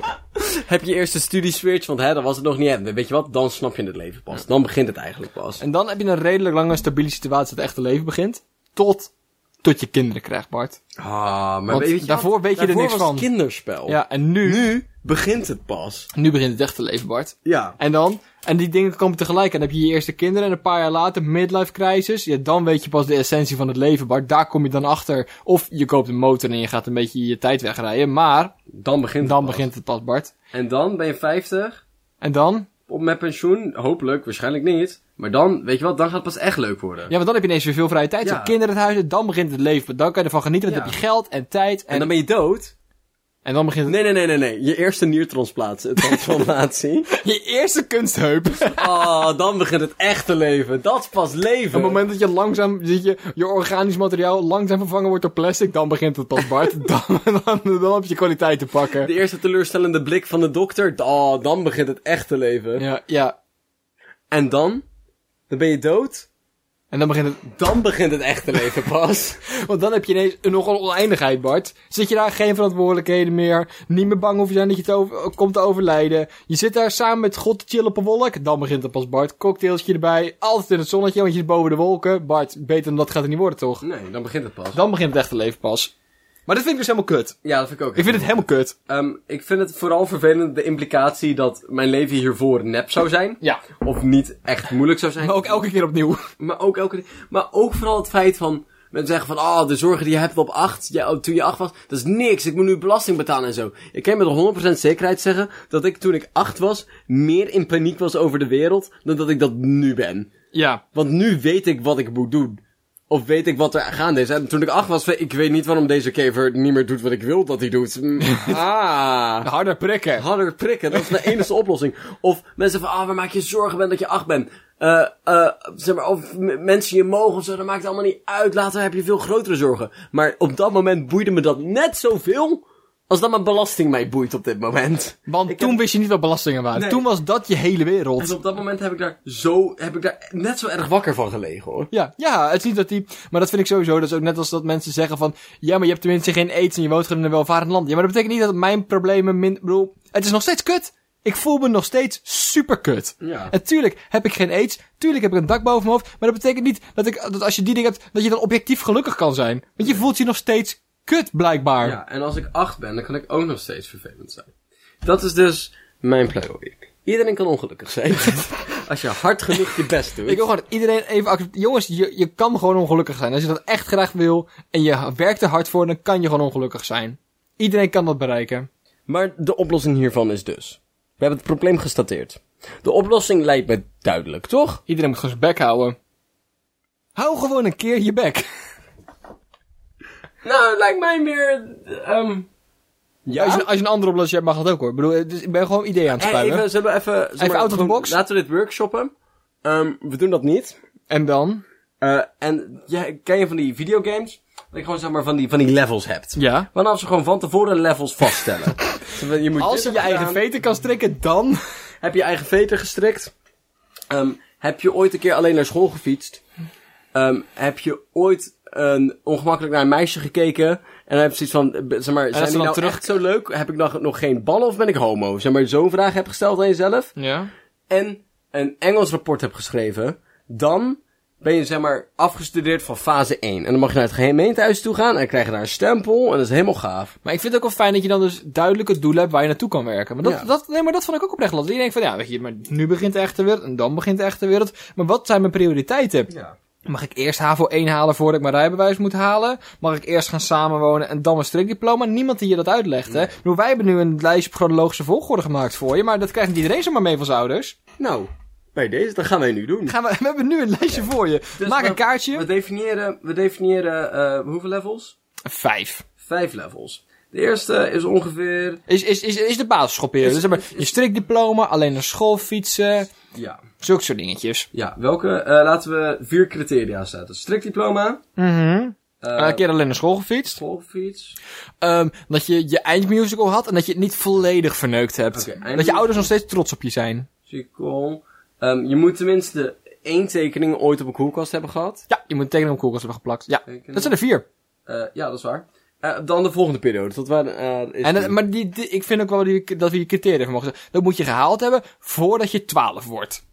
[SPEAKER 1] Heb je eerst een studieswitch, want hè, dan was het nog niet. En Weet je wat? Dan snap je het leven pas. Dan begint het eigenlijk pas.
[SPEAKER 2] En dan heb je een redelijk lange stabiele situatie dat het echte leven begint. Tot, tot je kinderen krijgt, Bart.
[SPEAKER 1] Ah, maar
[SPEAKER 2] Want
[SPEAKER 1] weet je
[SPEAKER 2] daarvoor
[SPEAKER 1] wat?
[SPEAKER 2] weet je er
[SPEAKER 1] Daarvoor
[SPEAKER 2] niks
[SPEAKER 1] was het
[SPEAKER 2] van.
[SPEAKER 1] kinderspel.
[SPEAKER 2] Ja, en nu, nu,
[SPEAKER 1] Begint het pas.
[SPEAKER 2] begint het echte leven, Bart.
[SPEAKER 1] Ja.
[SPEAKER 2] En dan, en die dingen komen tegelijk. En dan heb je je eerste kinderen en een paar jaar later midlife crisis. Ja, dan weet je pas de essentie van het leven, Bart. Daar kom je dan achter. Of je koopt een motor en je gaat een beetje je tijd wegrijden. Maar,
[SPEAKER 1] Dan begint het
[SPEAKER 2] dan
[SPEAKER 1] pas.
[SPEAKER 2] begint het pas, Bart.
[SPEAKER 1] En dan ben je 50,
[SPEAKER 2] En dan,
[SPEAKER 1] op met pensioen, hopelijk, waarschijnlijk niet. Maar dan, weet je wat, dan gaat het pas echt leuk worden.
[SPEAKER 2] ja, want dan heb je ineens weer veel vrije tijd.
[SPEAKER 1] Ja.
[SPEAKER 2] Je hebt kinderen het huis, en dan begint het leven. Dan kan je ervan genieten, want
[SPEAKER 1] Ja.
[SPEAKER 2] dan heb je geld en tijd. En,
[SPEAKER 1] En dan ben je dood?
[SPEAKER 2] en dan begint het,
[SPEAKER 1] Nee, nee, nee, nee, nee. Je eerste [LAUGHS] niertransplantatie. transplantatie.
[SPEAKER 2] [LAUGHS] je eerste kunstheup.
[SPEAKER 1] [LAUGHS] Oh, dan begint het echte leven. Dat is pas leven.
[SPEAKER 2] Op het moment dat je langzaam, dat je, je organisch materiaal langzaam vervangen wordt door plastic, dan begint het pas, Bart. [LAUGHS] dan, dan, dan heb je kwaliteit te
[SPEAKER 1] De
[SPEAKER 2] pakken.
[SPEAKER 1] eerste teleurstellende blik van de dokter. Oh, dan begint het echte leven.
[SPEAKER 2] Ja, ja.
[SPEAKER 1] En dan? Dan ben je dood?
[SPEAKER 2] En dan begint het,
[SPEAKER 1] Dan begint het echte leven pas.
[SPEAKER 2] want dan heb je ineens een nogal oneindigheid, Bart. Zit je daar geen verantwoordelijkheden meer, niet meer bang hoef je zijn dat je te over- komt te overlijden. Je zit daar samen met God te chillen op een wolk, dan begint het pas, Bart. Cocktailsje erbij, altijd in het zonnetje, want je is boven de wolken. Bart, beter dan dat gaat het niet worden, toch?
[SPEAKER 1] Nee, dan begint het pas.
[SPEAKER 2] Dan begint het echte leven pas. Maar dat vind ik dus helemaal kut.
[SPEAKER 1] Ja, dat vind ik ook.
[SPEAKER 2] Ik vind het helemaal kut.
[SPEAKER 1] Ehm, ik vind het vooral vervelend de implicatie dat mijn leven hiervoor nep zou zijn.
[SPEAKER 2] Ja.
[SPEAKER 1] Of niet echt moeilijk zou zijn.
[SPEAKER 2] Maar ook elke keer opnieuw.
[SPEAKER 1] Maar ook elke... Maar ook vooral het feit van... Mensen zeggen van, ah, de zorgen die je hebt op acht, ja, oh, toen je acht was, dat is niks, ik moet nu belasting betalen en zo. Ik kan met 100% zekerheid zeggen dat ik toen ik acht was, meer in paniek was over de wereld dan dat ik dat nu ben.
[SPEAKER 2] Ja.
[SPEAKER 1] Want nu weet ik wat ik moet doen. Of weet ik wat er gaande is. En toen ik acht was, ik weet niet waarom deze kever niet meer doet wat ik wil dat hij doet. Mm, Ah.
[SPEAKER 2] Harder prikken.
[SPEAKER 1] Harder prikken, dat is de enige [LAUGHS] oplossing. Of mensen van, ah, waar maak je zorgen bent dat je acht bent? Eh, eh, zeg maar, of m- mensen je mogen of zo, dat maakt het allemaal niet uit. Later heb je veel grotere zorgen. Maar op dat moment boeide me dat net zoveel als dat mijn belasting mij boeit op dit moment. [LAUGHS]
[SPEAKER 2] Want toen wist je niet wat belastingen waren.
[SPEAKER 1] Nee.
[SPEAKER 2] Toen was dat je hele wereld.
[SPEAKER 1] En Dus op dat moment heb ik daar zo, heb ik daar net zo erg wakker van gelegen hoor.
[SPEAKER 2] Ja, ja, het is niet dat die... Maar dat vind ik sowieso, dat is ook net als dat mensen zeggen van... Ja, maar je hebt tenminste geen aids en je woont gewoon in een welvarend land. Ja, maar dat betekent niet dat mijn problemen min... Ik bedoel, het is nog steeds kut. Ik voel me nog steeds super kut.
[SPEAKER 1] Ja.
[SPEAKER 2] En tuurlijk heb ik geen aids. Tuurlijk heb ik een dak boven mijn hoofd. Maar dat betekent niet dat, ik, dat als je die ding hebt, dat je dan objectief gelukkig kan zijn. Want je voelt je nog steeds kut, blijkbaar.
[SPEAKER 1] Ja, en als ik acht ben, dan kan ik ook nog steeds vervelend zijn. Dat is dus mijn pleidooi. Iedereen kan ongelukkig zijn. [LAUGHS] als je hard genoeg je best doet.
[SPEAKER 2] Ik wil gewoon dat iedereen even accepteren. Jongens, je, je kan gewoon ongelukkig zijn. Als je dat echt graag wil en je werkt er hard voor, dan kan je gewoon ongelukkig zijn. Iedereen kan dat bereiken.
[SPEAKER 1] Maar de oplossing hiervan is dus. We hebben het probleem gestateerd. De oplossing lijkt me duidelijk, toch?
[SPEAKER 2] Iedereen moet gewoon zijn bek houden. Hou gewoon een keer je bek.
[SPEAKER 1] Nou, het lijkt mij meer. ehm Ja?
[SPEAKER 2] Als, je, als je een andere oplossing hebt, mag dat ook hoor. Ik bedoel, eh, dus ik ben gewoon ideeën aan het
[SPEAKER 1] Hey,
[SPEAKER 2] spuien.
[SPEAKER 1] even, zullen we even... zeg
[SPEAKER 2] Even out of the
[SPEAKER 1] gewoon-
[SPEAKER 2] box?
[SPEAKER 1] Laten we dit workshoppen. Ehm, we doen dat niet.
[SPEAKER 2] En dan?
[SPEAKER 1] Eh, en jij ken je van die videogames? Dat je gewoon zeg maar van die, van die levels hebt.
[SPEAKER 2] Ja.
[SPEAKER 1] Wanneer ze gewoon van tevoren levels
[SPEAKER 2] [LAUGHS]
[SPEAKER 1] vaststellen. Zo van, je moet
[SPEAKER 2] Als
[SPEAKER 1] dit
[SPEAKER 2] je je
[SPEAKER 1] hebben
[SPEAKER 2] eigen
[SPEAKER 1] gedaan.
[SPEAKER 2] veten kan strikken, dan...
[SPEAKER 1] Heb je je eigen veter gestrikt? Ehm, heb je ooit een keer alleen naar school gefietst? Ehm, heb je ooit een ongemakkelijk naar een meisje gekeken? En dan heb je zoiets van, eh, zeg maar, zijn
[SPEAKER 2] ze
[SPEAKER 1] die
[SPEAKER 2] dan
[SPEAKER 1] nou
[SPEAKER 2] terug-
[SPEAKER 1] echt zo leuk? Heb ik dan nog geen ballen of ben ik homo? Zeg maar, zo'n vraag heb gesteld aan jezelf.
[SPEAKER 2] Ja.
[SPEAKER 1] En een Engels rapport heb geschreven. Dan ben je, zeg maar, afgestudeerd van fase 1. En dan mag je naar het gemeentehuis toe gaan en dan krijg je daar een stempel. En dat is helemaal gaaf.
[SPEAKER 2] Maar ik vind het ook wel fijn dat je dan dus duidelijke doelen hebt waar je naartoe kan werken. Maar dat,
[SPEAKER 1] Ja.
[SPEAKER 2] dat, nee, maar dat vond ik ook oprecht lastig. Je denkt van, ja, weet je, maar nu begint de echte wereld en dan begint de echte wereld. Maar wat zijn mijn prioriteiten?
[SPEAKER 1] Ja.
[SPEAKER 2] Mag ik eerst HAVO 1 halen voordat ik mijn rijbewijs moet halen? Mag ik eerst gaan samenwonen en dan mijn strikdiploma? Niemand die je dat uitlegt, hè? Ik bedoel, wij hebben nu een lijstje op chronologische volgorde gemaakt voor je, maar dat krijgt niet iedereen zomaar mee van zijn ouders.
[SPEAKER 1] Nou, bij deze, dat gaan wij nu doen.
[SPEAKER 2] Gaan we, [LAUGHS] we hebben nu een lijstje voor je.
[SPEAKER 1] Dus
[SPEAKER 2] Maak
[SPEAKER 1] we-
[SPEAKER 2] een kaartje.
[SPEAKER 1] We definiëren, we definiëren eh, hoeveel levels?
[SPEAKER 2] Vijf.
[SPEAKER 1] Vijf levels. De eerste is ongeveer.
[SPEAKER 2] Is, is, is, is de basis schopperen.
[SPEAKER 1] Is-
[SPEAKER 2] dus zeg maar, je strikdiploma, alleen naar school fietsen,
[SPEAKER 1] Ja.
[SPEAKER 2] zulke soort dingetjes.
[SPEAKER 1] Ja, welke? Eh, laten we vier criteria zetten: strikt diploma,
[SPEAKER 2] Mhm.
[SPEAKER 1] eh,
[SPEAKER 2] Eh, een keer alleen naar school gefietst.
[SPEAKER 1] schoolfiets.
[SPEAKER 2] Ehm, dat je je eindmusical had en dat je het niet volledig verneukt hebt.
[SPEAKER 1] Oké,
[SPEAKER 2] dat je
[SPEAKER 1] eindmusical.
[SPEAKER 2] ouders nog steeds trots op je zijn.
[SPEAKER 1] Musical. Ehm, je moet tenminste één tekening ooit op een koelkast hebben gehad.
[SPEAKER 2] Ja, je moet een tekening op koelkast hebben geplakt. Ja,
[SPEAKER 1] Tekenen.
[SPEAKER 2] dat zijn er vier.
[SPEAKER 1] Eh, ja, dat is waar. Eh, dan de volgende periode. Tot waar, eh, is
[SPEAKER 2] En, dat-
[SPEAKER 1] die?
[SPEAKER 2] maar die, die- ik vind ook wel die, dat we je criteria van mogen zeggen. Dat moet je gehaald hebben voordat je 12 wordt.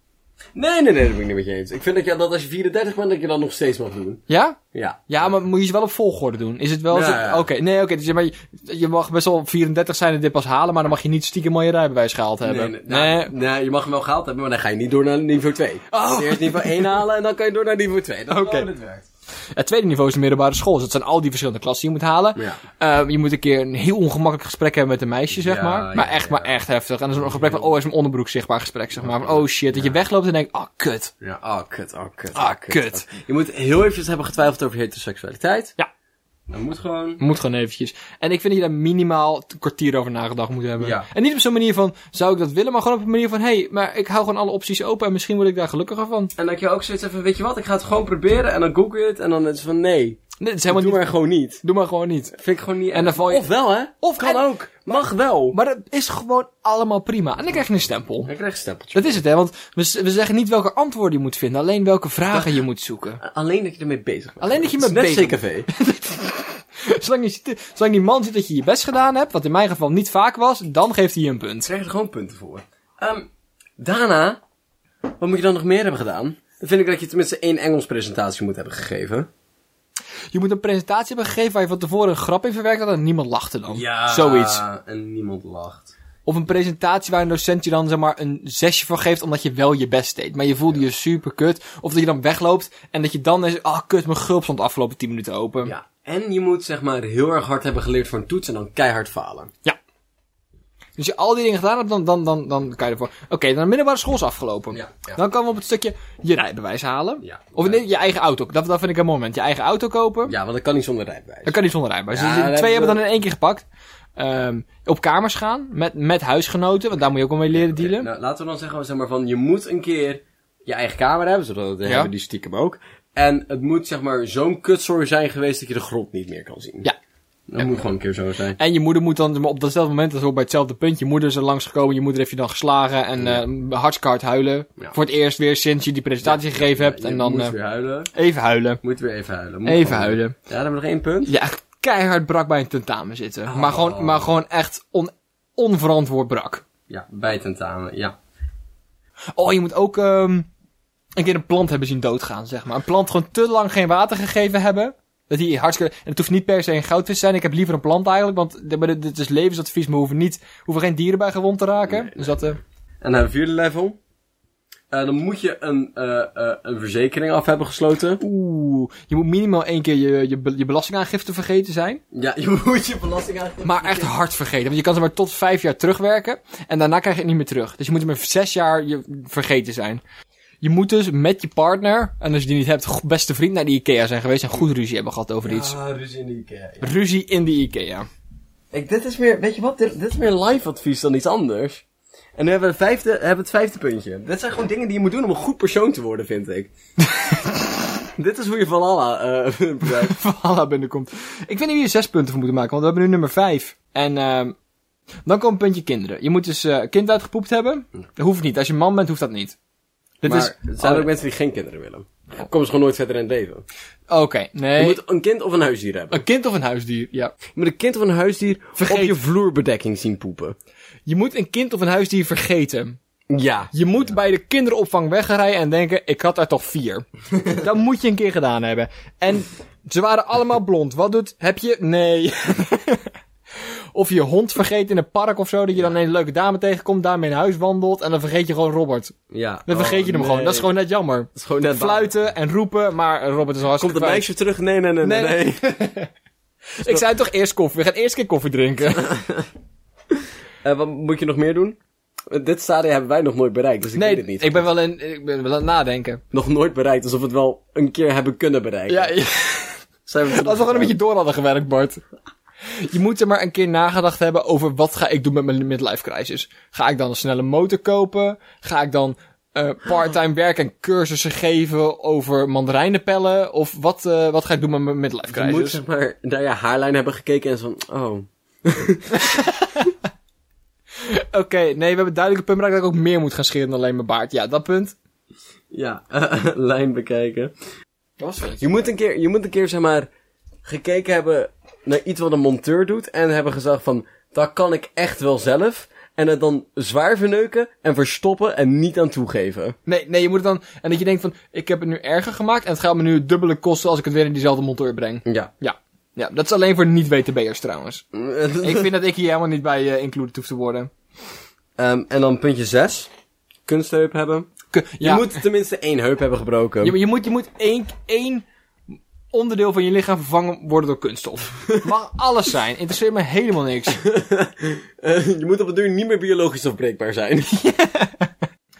[SPEAKER 1] Nee, nee, nee, dat ben ik niet met je eens. Ik vind dat, je, dat als je 34 bent, dat je dat nog steeds mag doen.
[SPEAKER 2] Ja?
[SPEAKER 1] Ja.
[SPEAKER 2] Ja, maar moet je ze wel op volgorde doen? Is het wel
[SPEAKER 1] Ja,
[SPEAKER 2] zo...
[SPEAKER 1] ja.
[SPEAKER 2] Oké, nee, oké. dus je, maar je, je mag best wel 34 zijn en dit pas halen, maar dan mag je niet stiekem mooie rijbewijs gehaald hebben.
[SPEAKER 1] Nee, nee, nou, nee, je mag hem wel gehaald hebben, maar dan ga je niet door naar niveau 2.
[SPEAKER 2] Oh.
[SPEAKER 1] Eerst niveau 1 halen en dan kan je door naar niveau 2. Dat is
[SPEAKER 2] Oké.
[SPEAKER 1] wel hoe dit werkt.
[SPEAKER 2] Het tweede niveau is de middelbare school. Dus dat zijn al die verschillende klassen die je moet halen.
[SPEAKER 1] Ja.
[SPEAKER 2] Eh, je moet een keer een heel ongemakkelijk gesprek hebben met een meisje, zeg
[SPEAKER 1] Ja,
[SPEAKER 2] maar. Maar
[SPEAKER 1] ja,
[SPEAKER 2] echt,
[SPEAKER 1] ja.
[SPEAKER 2] maar echt heftig. En dan is een gesprek van, oh, is mijn onderbroek zichtbaar gesprek, zeg maar. Van, oh shit, dat je wegloopt en denkt, ah, kut.
[SPEAKER 1] Ja, oh kut, oh kut.
[SPEAKER 2] Ah, kut.
[SPEAKER 1] oh. Je moet heel eventjes hebben getwijfeld over heteroseksualiteit.
[SPEAKER 2] Ja.
[SPEAKER 1] Dat moet gewoon...
[SPEAKER 2] Moet gewoon eventjes. En ik vind dat je daar minimaal een kwartier over nagedacht moet hebben.
[SPEAKER 1] Ja.
[SPEAKER 2] En niet op zo'n manier van, zou ik dat willen? Maar gewoon op een manier van, hé, hey, maar ik hou gewoon alle opties open en misschien word ik daar gelukkiger van.
[SPEAKER 1] En dat je ook zoiets hebt van, weet je wat, ik ga het gewoon proberen en dan google je het en dan is het van, nee,
[SPEAKER 2] Nee, het is
[SPEAKER 1] doe
[SPEAKER 2] helemaal niet...
[SPEAKER 1] maar gewoon niet.
[SPEAKER 2] Doe maar gewoon niet.
[SPEAKER 1] Vind ik gewoon niet...
[SPEAKER 2] En dan val je-
[SPEAKER 1] Of wel, hè?
[SPEAKER 2] Of-
[SPEAKER 1] kan
[SPEAKER 2] en-
[SPEAKER 1] ook. Mag wel.
[SPEAKER 2] Maar dat is gewoon allemaal prima. En dan krijg je een stempel.
[SPEAKER 1] Ik krijg een stempeltje.
[SPEAKER 2] Dat is het, hè? Want we, z- we zeggen niet welke antwoorden je moet vinden, alleen welke vragen je moet zoeken.
[SPEAKER 1] Alleen dat je ermee bezig bent.
[SPEAKER 2] Alleen dat je
[SPEAKER 1] Het is
[SPEAKER 2] ermee bezig
[SPEAKER 1] Net CKV.
[SPEAKER 2] [LAUGHS] Zolang, je, ziet- zolang die man ziet dat je je best gedaan hebt, wat in mijn geval niet vaak was, dan geeft hij je een punt.
[SPEAKER 1] krijg je er gewoon punten voor. Ehm, daarna, wat moet je dan nog meer hebben gedaan? Dan vind ik dat je tenminste één Engels presentatie moet hebben gegeven.
[SPEAKER 2] Je moet een presentatie hebben gegeven waar je van tevoren een grap in verwerkt had en niemand lachte dan. Zoiets.
[SPEAKER 1] En niemand lacht.
[SPEAKER 2] Of een presentatie waar een docent je dan zeg maar een zesje voor geeft omdat je wel je best deed. Maar je voelde je super kut. Of dat je dan wegloopt en dat je dan is, ah kut, mijn gulp stond de afgelopen 10 minuten open.
[SPEAKER 1] Ja. En je moet zeg maar heel erg hard hebben geleerd voor een toets en dan keihard falen.
[SPEAKER 2] Dus je al die dingen gedaan hebt, dan, dan, dan, dan kan je ervoor. Oké, dan de middelbare school is afgelopen.
[SPEAKER 1] Ja, ja.
[SPEAKER 2] Dan komen we op het stukje je rijbewijs halen.
[SPEAKER 1] Ja.
[SPEAKER 2] Of nee, je eigen auto. Dat, dat vind ik een mooi moment. Je eigen auto kopen.
[SPEAKER 1] Ja, want dat kan niet zonder rijbewijs.
[SPEAKER 2] Dat kan niet zonder rijbewijs.
[SPEAKER 1] Ja,
[SPEAKER 2] dus die
[SPEAKER 1] dat
[SPEAKER 2] twee
[SPEAKER 1] hebben we-
[SPEAKER 2] hebben dan in één keer gepakt. Ehm, op kamers gaan met, met huisgenoten, want daar moet je ook wel mee leren dealen.
[SPEAKER 1] Nou, laten we dan zeggen zeg maar, van je moet een keer je eigen kamer hebben, zodat dat hebben die stiekem ook. En het moet zeg maar zo'n kutzorg zijn geweest dat je de grond niet meer kan zien.
[SPEAKER 2] Ja.
[SPEAKER 1] Dat moet gewoon een keer zo zijn.
[SPEAKER 2] En je moeder moet dan op datzelfde moment, dat is ook bij hetzelfde punt, je moeder is er langs gekomen, je moeder heeft je dan geslagen en eh hartstikke hard huilen.
[SPEAKER 1] Ja.
[SPEAKER 2] Voor het eerst weer sinds je die presentatie gegeven hebt.
[SPEAKER 1] Je
[SPEAKER 2] en dan
[SPEAKER 1] moet
[SPEAKER 2] eh,
[SPEAKER 1] weer huilen.
[SPEAKER 2] even huilen.
[SPEAKER 1] Moet weer even huilen. Moet
[SPEAKER 2] Even
[SPEAKER 1] gewoon-
[SPEAKER 2] huilen.
[SPEAKER 1] Ja, dan hebben we nog één punt.
[SPEAKER 2] Ja, echt keihard brak bij een tentamen zitten.
[SPEAKER 1] Ah.
[SPEAKER 2] Maar, gewoon, maar gewoon echt on, onverantwoord brak.
[SPEAKER 1] Ja, bij tentamen, ja.
[SPEAKER 2] Oh, je moet ook ehm, een keer een plant hebben zien doodgaan, zeg maar. Een plant gewoon te lang geen water gegeven hebben. Dat die hartstikke... En het hoeft niet per se een goudvis te zijn. Ik heb liever een plant eigenlijk, want dit- maar dit dit is levensadvies. Maar we hoeven, niet, we hoeven geen dieren bij gewond te raken. Dus dat... eh,
[SPEAKER 1] En dan hebben we vierde level. Eh, dan moet je een, eh, eh, een verzekering af hebben gesloten.
[SPEAKER 2] Oeh, je moet minimaal één keer je, je, be- je belastingaangifte vergeten zijn.
[SPEAKER 1] Ja, [LAUGHS] je moet je belasting aan.
[SPEAKER 2] Maar echt hard vergeten. Want je kan ze maar tot vijf jaar terugwerken. En daarna krijg je het niet meer terug. Dus je moet hem maar zes jaar je vergeten zijn. Je moet dus met je partner, en als je die niet hebt, go- beste vriend
[SPEAKER 1] dus
[SPEAKER 2] naar de IKEA zijn geweest en goed ruzie hebben gehad over iets.
[SPEAKER 1] Ah, ruzie in de IKEA. Ja.
[SPEAKER 2] Ruzie in de IKEA. [LAUGHS]
[SPEAKER 1] Ik, dit is meer, weet je wat, dit, dit is meer live advies dan iets anders. En nu hebben we, het vijfde, hebben we het vijfde puntje. Dit zijn gewoon dingen die je moet doen om een goed persoon te worden, vind
[SPEAKER 2] [LAUGHS]
[SPEAKER 1] ik. dit is hoe je Valhalla eh [LAUGHS] gebruikt.
[SPEAKER 2] Valhalla binnenkomt. Ik vind dat we hier zes punten voor moeten maken, want we hebben nu nummer vijf. En ehm dan komt een puntje kinderen. Je moet dus eh kind uitgepoept hebben. Dat hoeft niet. Als je man bent, hoeft dat niet. Dit
[SPEAKER 1] Hm. maar
[SPEAKER 2] is...
[SPEAKER 1] er zijn
[SPEAKER 2] oh,
[SPEAKER 1] ook mensen die geen kinderen willen. Dan komen ze gewoon nooit verder in het leven.
[SPEAKER 2] Oké,
[SPEAKER 1] Je
[SPEAKER 2] nee.
[SPEAKER 1] moet een kind of een huisdier hebben.
[SPEAKER 2] Een kind of een huisdier, ja.
[SPEAKER 1] Je moet een kind of een huisdier
[SPEAKER 2] Vergeet.
[SPEAKER 1] op je vloerbedekking zien poepen.
[SPEAKER 2] Je moet een kind of een huisdier vergeten.
[SPEAKER 1] Ja.
[SPEAKER 2] Je moet bij de kinderopvang wegrijden en denken, ik had er toch
[SPEAKER 1] [LAUGHS]
[SPEAKER 2] vier. dat moet je een keer gedaan hebben. En ze waren allemaal blond. Wat doet, heb je?
[SPEAKER 1] [LAUGHS]
[SPEAKER 2] Nee. of je hond vergeet in een park of zo, dat je dan een leuke dame tegenkomt, daarmee naar huis wandelt en dan vergeet je gewoon Robert.
[SPEAKER 1] ja.
[SPEAKER 2] Dan vergeet
[SPEAKER 1] Oh,
[SPEAKER 2] je hem
[SPEAKER 1] nee.
[SPEAKER 2] gewoon. Dat is gewoon net jammer.
[SPEAKER 1] is gewoon net
[SPEAKER 2] Fluiten en roepen, maar eh, Robert is
[SPEAKER 1] Komt
[SPEAKER 2] al hartstikke
[SPEAKER 1] een meisje terug? Nee, nee, nee, nee.
[SPEAKER 2] Nee,
[SPEAKER 1] nee.
[SPEAKER 2] [LAUGHS] kwijt. Ik zei toch eerst koffie, we gaan eerst een keer koffie drinken.
[SPEAKER 1] Eh, wat moet je nog meer doen? Eh, dit stadium hebben wij nog nooit bereikt, dus [LAUGHS] ik
[SPEAKER 2] nee,
[SPEAKER 1] weet het niet.
[SPEAKER 2] ik ben wel in, ik ben wel aan het nadenken.
[SPEAKER 1] Nog nooit bereikt, alsof we het wel een keer hebben kunnen bereiken.
[SPEAKER 2] Ja, ja.
[SPEAKER 1] Zijn we
[SPEAKER 2] Als we gewoon een beetje door hadden gewerkt, Bart. Je moet er maar een keer nagedacht hebben over wat ga ik doen met mijn midlife crisis. Ga ik dan een snelle motor kopen? Ga ik dan eh parttime werk en cursussen geven over mandarijnenpellen? Of wat, eh, wat ga ik doen met mijn midlife
[SPEAKER 1] Eh, Je moet
[SPEAKER 2] crisis?
[SPEAKER 1] zeg maar naar je haarlijn hebben gekeken en zo van, oh.
[SPEAKER 2] Oké, nee, we hebben duidelijk een punt bereikt dat ik ook meer moet gaan scheren dan alleen mijn baard. Ja, dat punt.
[SPEAKER 1] Ja, [LAUGHS] lijn bekijken.
[SPEAKER 2] Dat was het.
[SPEAKER 1] Je moet een keer, je moet een keer zeg maar, gekeken hebben naar iets wat een monteur doet. En hebben gezegd van, dat kan ik echt wel zelf. En het dan zwaar verneuken en verstoppen en niet aan toegeven.
[SPEAKER 2] Nee, nee, je moet het dan... En dat je denkt van, ik heb het nu erger gemaakt en het gaat me nu het dubbele kosten als ik het weer in diezelfde monteur breng.
[SPEAKER 1] Ja.
[SPEAKER 2] Ja, ja dat is alleen voor niet-WTB'ers trouwens. Ik vind dat ik hier helemaal niet bij eh, included hoef te
[SPEAKER 1] [LAUGHS]
[SPEAKER 2] worden.
[SPEAKER 1] Ehm, en dan puntje 6. Kunstheup hebben.
[SPEAKER 2] K- ja,
[SPEAKER 1] Je moet tenminste één heup hebben gebroken.
[SPEAKER 2] je, je moet, je moet één, één onderdeel van je lichaam vervangen worden door kunststof. Mag alles zijn. Interesseert me helemaal niks.
[SPEAKER 1] [LAUGHS] Eh, je moet op het duur niet meer biologisch afbreekbaar
[SPEAKER 2] [LAUGHS]
[SPEAKER 1] zijn.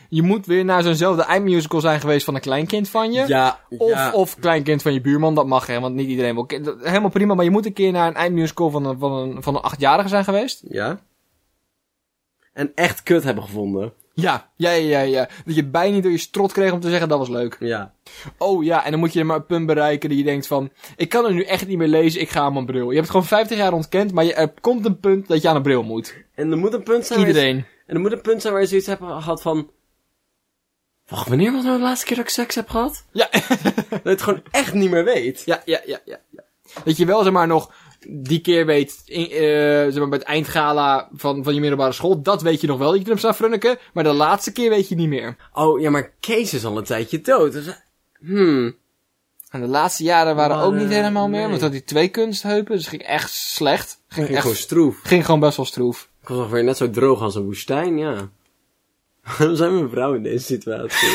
[SPEAKER 2] Je moet weer naar zo'nzelfde eindmusical zijn geweest van een kleinkind van je.
[SPEAKER 1] Ja,
[SPEAKER 2] Of,
[SPEAKER 1] ja.
[SPEAKER 2] of kleinkind van je buurman, dat mag hè, want niet iedereen wil. kind- dat- Helemaal prima, maar je moet een keer naar een eindmusical van een, van een, van een achtjarige zijn geweest.
[SPEAKER 1] Ja. En echt kut hebben gevonden.
[SPEAKER 2] Ja. ja, ja, ja, ja. Dat je bijna niet door je strot kreeg om te zeggen dat was leuk.
[SPEAKER 1] Ja.
[SPEAKER 2] Oh ja, en dan moet je maar een punt bereiken dat je denkt van... Ik kan er nu echt niet meer lezen, ik ga aan mijn bril. Je hebt het gewoon 50 jaar ontkend, maar je, er komt een punt dat je aan een bril moet.
[SPEAKER 1] En er moet een punt zijn waar je-
[SPEAKER 2] Iedereen.
[SPEAKER 1] En er moet een punt zijn waar je zoiets hebt gehad van... Wacht, wanneer was nou de laatste keer dat ik seks heb gehad? [LAUGHS]
[SPEAKER 2] Ja, [LAUGHS]
[SPEAKER 1] Dat je het gewoon echt niet meer weet.
[SPEAKER 2] ja, ja, ja, ja. ja. Dat je wel, zeg maar, nog die keer weet... In, eh, zeg maar, bij het eindgala van, van je middelbare school... Dat weet je nog wel, dat je kunt hem frunniken. Maar de laatste keer weet je niet meer.
[SPEAKER 1] Oh, ja, maar Kees is al een tijdje dood. Dus... Hmm.
[SPEAKER 2] En de laatste jaren waren
[SPEAKER 1] Maar,
[SPEAKER 2] ook niet
[SPEAKER 1] eh,
[SPEAKER 2] helemaal meer.
[SPEAKER 1] nee.
[SPEAKER 2] Want had die twee kunstheupen, dus het ging echt slecht. Ging,
[SPEAKER 1] Ging
[SPEAKER 2] echt,
[SPEAKER 1] gewoon stroef.
[SPEAKER 2] ging gewoon best wel stroef.
[SPEAKER 1] Ik was ongeveer net zo droog als een woestijn, ja. [LAUGHS] Waarom zijn we vrouw in deze [LAUGHS] situatie?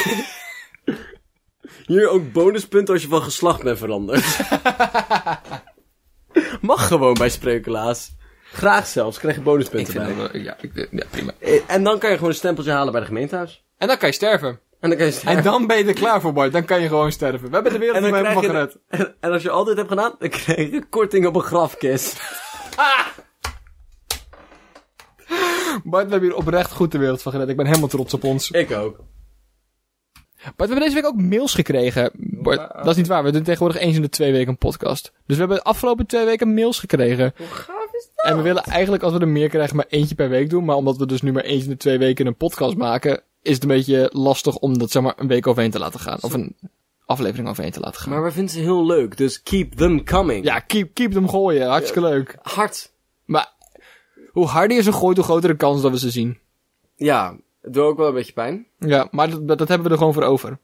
[SPEAKER 1] Hier ook bonuspunten als je van geslacht bent veranderd. [LAUGHS] Mag gewoon bij spreukelaars. Graag zelfs, krijg je bonuspunten bij.
[SPEAKER 2] wel- ja, ik, ja, prima.
[SPEAKER 1] Eh, En dan kan je gewoon een stempeltje halen bij de gemeentehuis.
[SPEAKER 2] En dan kan je sterven.
[SPEAKER 1] En dan kan je
[SPEAKER 2] En
[SPEAKER 1] sterven.
[SPEAKER 2] dan ben je er klaar voor, Bart. Dan kan je gewoon sterven. We hebben de wereld
[SPEAKER 1] dan
[SPEAKER 2] ermee helemaal
[SPEAKER 1] krijg je
[SPEAKER 2] gered.
[SPEAKER 1] en, en als je altijd hebt gedaan, dan krijg je korting op een grafkist.
[SPEAKER 2] Bart, we hebben hier oprecht goed de wereld van gered. Ik ben helemaal trots op
[SPEAKER 1] [LAUGHS]
[SPEAKER 2] ons.
[SPEAKER 1] Ik ook.
[SPEAKER 2] Bart, we hebben deze week ook mails gekregen. Bart, dat is niet waar. We doen tegenwoordig eens in de twee weken een podcast. Dus we hebben de afgelopen twee weken mails gekregen.
[SPEAKER 1] Hoe gaaf is dat?
[SPEAKER 2] En we willen eigenlijk, als we er meer krijgen, maar eentje per week doen. Maar omdat we dus nu maar eens in de twee weken een podcast maken, is het een beetje lastig om dat zeg maar een week overheen te laten gaan. Of een aflevering overheen te laten gaan.
[SPEAKER 1] Maar we vinden ze heel leuk, dus keep them coming.
[SPEAKER 2] Ja, keep, keep hem gooien. Hartstikke leuk.
[SPEAKER 1] Hard.
[SPEAKER 2] Maar hoe harder je ze gooit, hoe grotere kans dat we ze zien.
[SPEAKER 1] Ja, het doet ook wel een beetje pijn.
[SPEAKER 2] Ja, maar dat, dat, dat hebben we er gewoon voor over.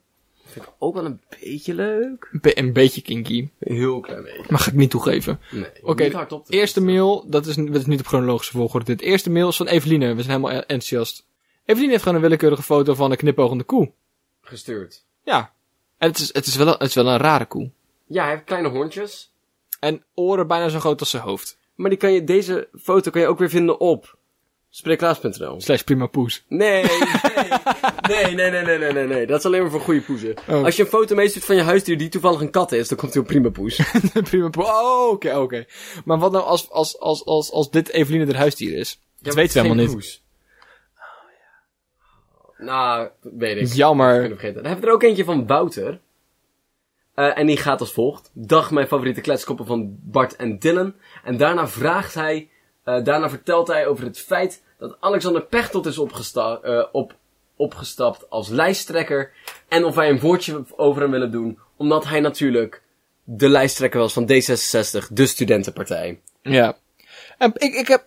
[SPEAKER 1] Vind ik ook wel een beetje leuk.
[SPEAKER 2] Be- een beetje kinky.
[SPEAKER 1] Heel klein beetje.
[SPEAKER 2] Maar ga ik niet toegeven.
[SPEAKER 1] Nee.
[SPEAKER 2] Oké,
[SPEAKER 1] niet hardop te-
[SPEAKER 2] Eerste mail, dat is, dat is niet op chronologische volgorde dit. Eerste mail is van Eveline. We zijn helemaal en- enthousiast. Eveline heeft gewoon een willekeurige foto van een knipoogende koe.
[SPEAKER 1] Gestuurd.
[SPEAKER 2] Ja. En het is, het is, wel, een, het is wel een rare koe.
[SPEAKER 1] Ja, hij heeft kleine hondjes.
[SPEAKER 2] En oren bijna zo groot als zijn hoofd.
[SPEAKER 1] Maar die kan je, deze foto kan je ook weer vinden op Spreeklaas.nl.
[SPEAKER 2] Slash prima poes. [LAUGHS]
[SPEAKER 1] Nee, nee, nee, nee, nee, nee, nee, nee, nee. Dat is alleen maar voor goede poezen.
[SPEAKER 2] Oh.
[SPEAKER 1] Als je een foto meestuurt van je huisdier die toevallig een kat is, dan komt hij op prima poes.
[SPEAKER 2] prima poes. Oh, oké, oké. Maar wat nou als, als, als, als, als dit Eveline haar huisdier is? dat weten we helemaal niet.
[SPEAKER 1] Oh, Nou, weet ik.
[SPEAKER 2] Jammer.
[SPEAKER 1] kunnen vergeten. Dan hebben we er ook eentje van Wouter. Eh, en die gaat als volgt. Dag, mijn favoriete kletskoppen van Bart en Dylan. En daarna vraagt hij, eh, daarna vertelt hij over het feit dat Alexander Pechtold is opgesta- eh, op, opgestapt als lijsttrekker. En of wij een woordje over hem willen doen. Omdat hij natuurlijk de lijsttrekker was van D66, de studentenpartij.
[SPEAKER 2] Ja. En ik, ik heb.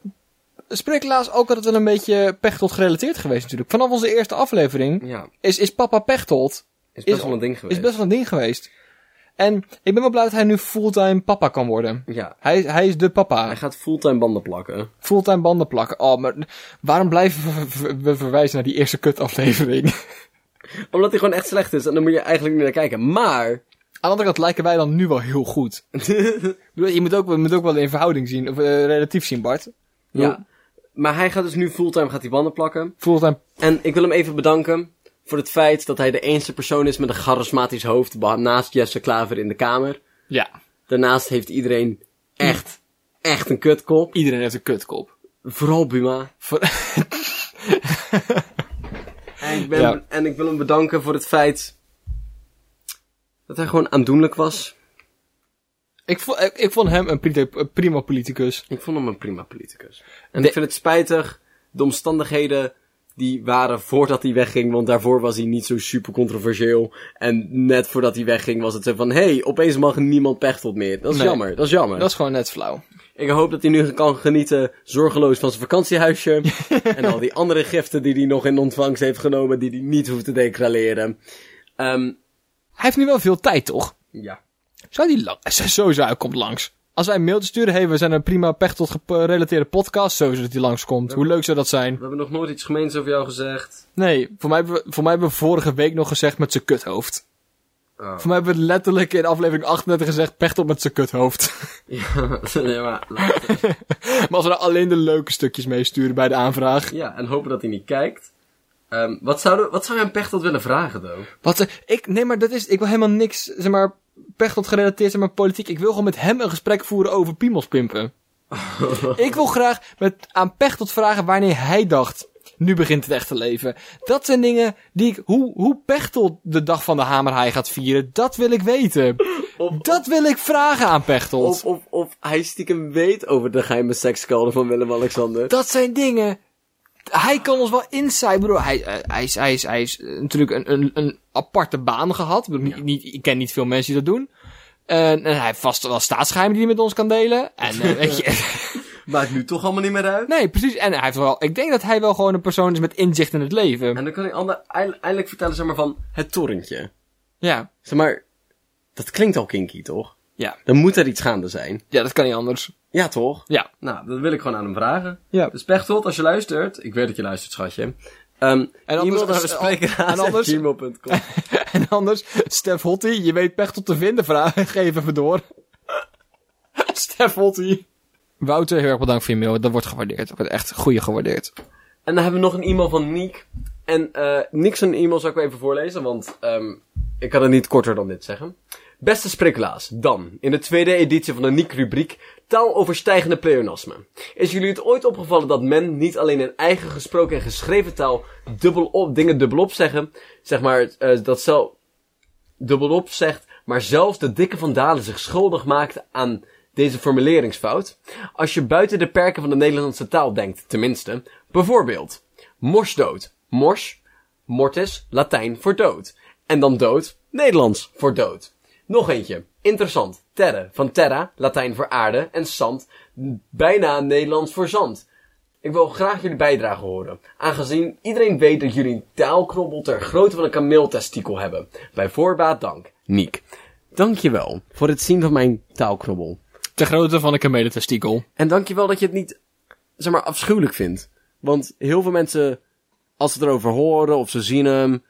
[SPEAKER 2] Spreeklaas ook altijd wel een beetje Pechtold gerelateerd geweest, natuurlijk. Vanaf onze eerste aflevering
[SPEAKER 1] Ja,
[SPEAKER 2] is, is Papa Pechtold
[SPEAKER 1] is best
[SPEAKER 2] best
[SPEAKER 1] wel een ding geweest.
[SPEAKER 2] is best wel een ding geweest. En ik ben wel blij dat hij nu fulltime papa kan worden.
[SPEAKER 1] Ja,
[SPEAKER 2] Hij, hij is de papa.
[SPEAKER 1] hij gaat fulltime banden plakken.
[SPEAKER 2] Fulltime banden plakken. Oh, maar waarom blijven we- we- we verwijzen naar die eerste [LAUGHS] kut-aflevering?
[SPEAKER 1] Omdat hij gewoon echt slecht is en dan moet je eigenlijk niet naar kijken. Maar,
[SPEAKER 2] Aan de andere kant lijken wij dan nu wel heel goed. Ik bedoel, je moet ook, je moet ook wel in verhouding zien, of eh, relatief zien, Bart.
[SPEAKER 1] ja. Maar hij gaat dus nu fulltime gaat die banden plakken.
[SPEAKER 2] Fulltime.
[SPEAKER 1] En ik wil hem even bedanken voor het feit dat hij de enige persoon is met een charismatisch hoofd beha- naast Jesse Klaver in de kamer.
[SPEAKER 2] Ja.
[SPEAKER 1] Daarnaast heeft iedereen echt, echt een kutkop.
[SPEAKER 2] Iedereen heeft een kutkop.
[SPEAKER 1] Vooral Buma.
[SPEAKER 2] Voor- [LAUGHS]
[SPEAKER 1] En ik, ben,
[SPEAKER 2] Ja.
[SPEAKER 1] en ik wil hem bedanken voor het feit dat hij gewoon aandoenlijk was.
[SPEAKER 2] Ik vond, ik, ik vond hem een prima, een prima politicus.
[SPEAKER 1] Ik vond hem een prima politicus. En ik vind het spijtig, de omstandigheden die waren voordat hij wegging, want daarvoor was hij niet zo super controversieel. En net voordat hij wegging was het zo van, hé, hey, opeens mag niemand Pechtold meer. Dat is
[SPEAKER 2] Nee.
[SPEAKER 1] jammer, dat is jammer.
[SPEAKER 2] Dat is gewoon net flauw.
[SPEAKER 1] Ik hoop dat hij nu kan genieten, zorgeloos van zijn
[SPEAKER 2] [LAUGHS]
[SPEAKER 1] vakantiehuisje. en al die andere giften die hij nog in ontvangst heeft genomen, die hij niet hoeft te declareren. Ehm
[SPEAKER 2] Hij heeft nu wel veel tijd, toch?
[SPEAKER 1] ja.
[SPEAKER 2] Zou die [LAUGHS] lang... Sowieso, hij komt langs. Als wij een mailtje sturen, hey, we zijn een prima pech tot gerelateerde podcast, sowieso dat hij langskomt. Hoe leuk zou dat zijn?
[SPEAKER 1] We hebben nog nooit iets gemeens over jou gezegd.
[SPEAKER 2] Nee, voor mij, hebben we- voor mij hebben we vorige week nog gezegd met zijn kuthoofd.
[SPEAKER 1] Oh. [LAUGHS]
[SPEAKER 2] Voor mij hebben we letterlijk in aflevering 38 gezegd, Pechtold met zijn kuthoofd. [LAUGHS]
[SPEAKER 1] Ja, nee, maar later.
[SPEAKER 2] maar als we nou alleen de leuke stukjes meesturen bij de aanvraag.
[SPEAKER 1] Ja, en hopen dat hij niet kijkt. Ehm, wat, zouden, wat zou je aan Pechtold willen vragen, though?
[SPEAKER 2] Wat, eh, ik, nee, maar dat is, ik wil helemaal niks, zeg maar, Pechtold gerelateerd, zeg maar, politiek. Ik wil gewoon met hem een gesprek voeren over piemels pimpen. ik wil graag met, aan Pechtold vragen wanneer hij dacht, nu begint het echte leven. Dat zijn dingen die ik, hoe, hoe Pechtold de dag van de hamerhaai gaat vieren, dat wil ik weten.
[SPEAKER 1] Of-
[SPEAKER 2] dat wil ik vragen aan Pechtold.
[SPEAKER 1] Of, of, of hij stiekem weet over de geheime sekskelder van Willem-Alexander.
[SPEAKER 2] Dat zijn dingen. Hij kan ons wel inside, bro. Hij, eh, hij, is, hij, is, hij is eh, natuurlijk een, een, een aparte baan gehad. Ik bedoel, niet- niet, ik ken niet veel mensen die dat doen. En, en hij heeft vast wel staatsgeheimen die hij met ons kan delen. En, [LAUGHS] eh, weet je,
[SPEAKER 1] Maakt nu toch allemaal niet meer uit.
[SPEAKER 2] nee, precies. En hij heeft wel, ik denk dat hij wel gewoon een persoon is met inzicht in het leven.
[SPEAKER 1] En dan kan hij ander, eindelijk, eindelijk vertellen zeg maar, van het torentje.
[SPEAKER 2] Ja,
[SPEAKER 1] Zeg maar, dat klinkt al kinky, toch?
[SPEAKER 2] ja,
[SPEAKER 1] Dan moet er iets gaande zijn.
[SPEAKER 2] ja, dat kan niet anders.
[SPEAKER 1] Ja, toch?
[SPEAKER 2] Ja, [LAUGHS]
[SPEAKER 1] Nou, dat wil ik gewoon aan hem vragen.
[SPEAKER 2] ja.
[SPEAKER 1] Dus Pechtold, als je luistert... Ik weet dat je luistert, schatje. Ehm
[SPEAKER 2] En anders-
[SPEAKER 1] e-mail naar de
[SPEAKER 2] eh,
[SPEAKER 1] spreekeraad
[SPEAKER 2] en anders-
[SPEAKER 1] at gmail.com.
[SPEAKER 2] En anders, Stef Hotti, je weet pech tot te vinden, vraag, [LAUGHS] geef even door. Stef Hotti. Wouter, heel erg bedankt voor je mail. Dat wordt gewaardeerd. Dat wordt echt goeie gewaardeerd.
[SPEAKER 1] En dan hebben we nog een e-mail van Niek. En eh Niek's een e-mail zal ik wel even voorlezen, want ehm ik kan het niet korter dan dit zeggen. Beste sprikkelaars, dan, in de tweede editie van de Niek-rubriek, taal over stijgende pleonasmen. Is jullie het ooit opgevallen dat men niet alleen in eigen gesproken en geschreven taal dubbel op, dingen dubbel op zeggen, zeg maar, eh dat zelf, dubbelop zegt, maar zelfs de dikke Van Dalen zich schuldig maakt aan deze formuleringsfout. Als je buiten de perken van de Nederlandse taal denkt, tenminste. Bijvoorbeeld, morsdood. Mors, mortis, Latijn voor dood. En dan dood, Nederlands voor dood. Nog eentje, interessant. Terre, van terra, Latijn voor aarde en zand, bijna Nederlands voor zand. Ik wil graag jullie bijdrage horen, aangezien iedereen weet dat jullie een taalknobbel ter grootte van een kameeltestikel hebben. Bij voorbaat dank, Niek. Dankjewel voor het zien van mijn taalknobbel.
[SPEAKER 2] Ter grootte van een kamelentestikel.
[SPEAKER 1] En dankjewel dat je het niet, zeg maar, afschuwelijk vindt. Want heel veel mensen, als ze het erover horen of ze zien hem,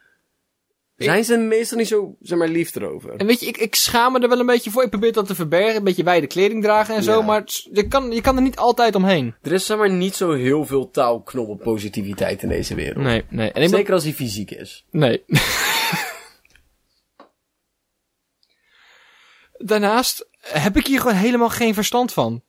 [SPEAKER 1] Zijn ze meestal niet zo, zeg maar, lief erover?
[SPEAKER 2] En weet je, ik, ik schaam me er wel een beetje voor. Ik probeer dat te verbergen. Een beetje wijde kleding dragen en zo.
[SPEAKER 1] Ja.
[SPEAKER 2] Maar het is- je kan, je kan er niet altijd omheen.
[SPEAKER 1] Er is, zeg maar, niet zo heel veel touwknobbel positiviteit in deze wereld.
[SPEAKER 2] Nee, nee. En ik ben-
[SPEAKER 1] Zeker als hij fysiek is.
[SPEAKER 2] Nee. [LAUGHS] Daarnaast heb ik hier gewoon helemaal geen verstand van.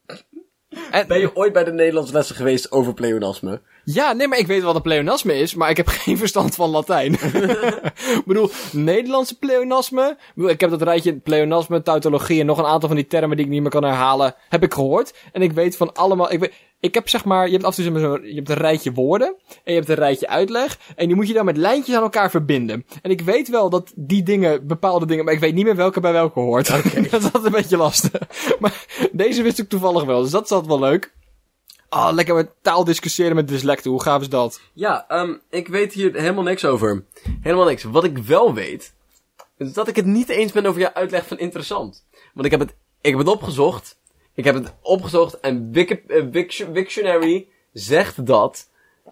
[SPEAKER 2] En,
[SPEAKER 1] Ben je ooit bij de Nederlands lessen geweest over pleonasme?
[SPEAKER 2] Ja, nee, maar ik weet wat een pleonasme is, maar ik heb [LAUGHS] geen verstand van Latijn. ik bedoel, Nederlandse pleonasme. Ik bedoel, Ik heb dat rijtje pleonasme, tautologie en nog een aantal van die termen die ik niet meer kan herhalen, heb ik gehoord. En ik weet van allemaal. Ik, weet, ik heb zeg maar, je hebt af en toe zeg maar zo'n- je hebt een rijtje woorden en je hebt een rijtje uitleg. En die moet je dan met lijntjes aan elkaar verbinden. En ik weet wel dat die dingen, bepaalde dingen, maar ik weet niet meer welke bij welke hoort. [LAUGHS] dat is altijd een beetje lastig. Maar deze wist ik toevallig wel, dus dat is altijd wel leuk. Ah, lekker met taal discussiëren met dyslecten. Hoe gaaf is dat?
[SPEAKER 1] Ja, ehm, ik weet hier helemaal niks over. Helemaal niks. Wat ik wel weet, is dat ik het niet eens ben over jouw uitleg van interessant. Want ik heb het, ik heb het opgezocht. Ik heb het opgezocht en Wiki, eh, Wic- Wiktionary zegt dat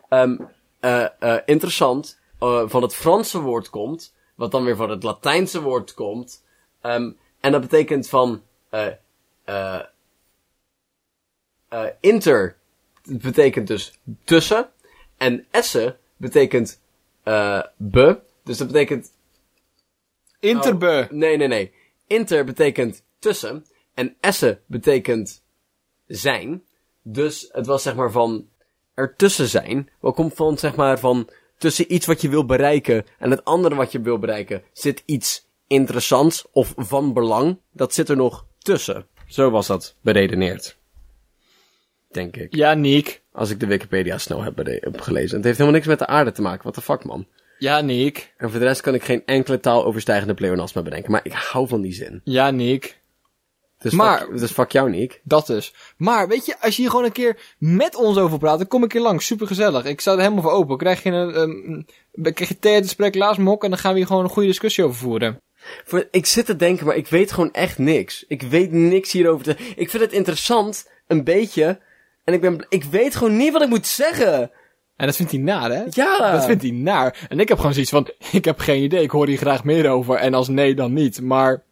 [SPEAKER 1] ehm, eh, eh, interessant eh, van het Franse woord komt, wat dan weer van het Latijnse woord komt. ehm, en dat betekent van eh, eh, eh, inter het betekent dus tussen. En esse betekent eh be. Dus dat betekent.
[SPEAKER 2] Interbe.
[SPEAKER 1] Nee, nee, nee. Inter betekent tussen. En esse betekent zijn. Dus het was zeg maar van ertussen zijn. Wat komt van zeg maar van tussen iets wat je wil bereiken en het andere wat je wil bereiken zit iets interessants of van belang. Dat zit er nog tussen. Zo was dat beredeneerd. Denk ik.
[SPEAKER 2] Ja, Niek.
[SPEAKER 1] Als ik de Wikipedia snel heb, bere- heb gelezen. Het heeft helemaal niks met de aarde te maken. What the fuck, man.
[SPEAKER 2] Ja, Niek.
[SPEAKER 1] En voor de rest kan ik geen enkele taal overstijgende pleonasme bedenken. Maar ik hou van die zin.
[SPEAKER 2] Ja, Niek.
[SPEAKER 1] Dus,
[SPEAKER 2] Maar-
[SPEAKER 1] fuck, dus fuck jou, Nick.
[SPEAKER 2] Dat dus. Maar weet je, als je hier gewoon een keer met ons over praat, dan kom ik hier langs. Supergezellig. Ik sta er helemaal voor open. Krijg je een, ehm, dan krijg je thee uit de spreeklaas mok en dan gaan we hier gewoon een goede discussie over voeren.
[SPEAKER 1] Voor, ik zit te denken, maar ik weet gewoon echt niks. Ik weet niks hierover te... Ik vind het interessant, een beetje. En ik ben... Ik weet gewoon niet wat ik moet zeggen.
[SPEAKER 2] En dat vindt hij naar, hè?
[SPEAKER 1] Ja.
[SPEAKER 2] Dat vindt hij naar. En ik heb gewoon zoiets van, ik heb geen idee. Ik hoor hier graag meer over. En als nee, dan niet. Maar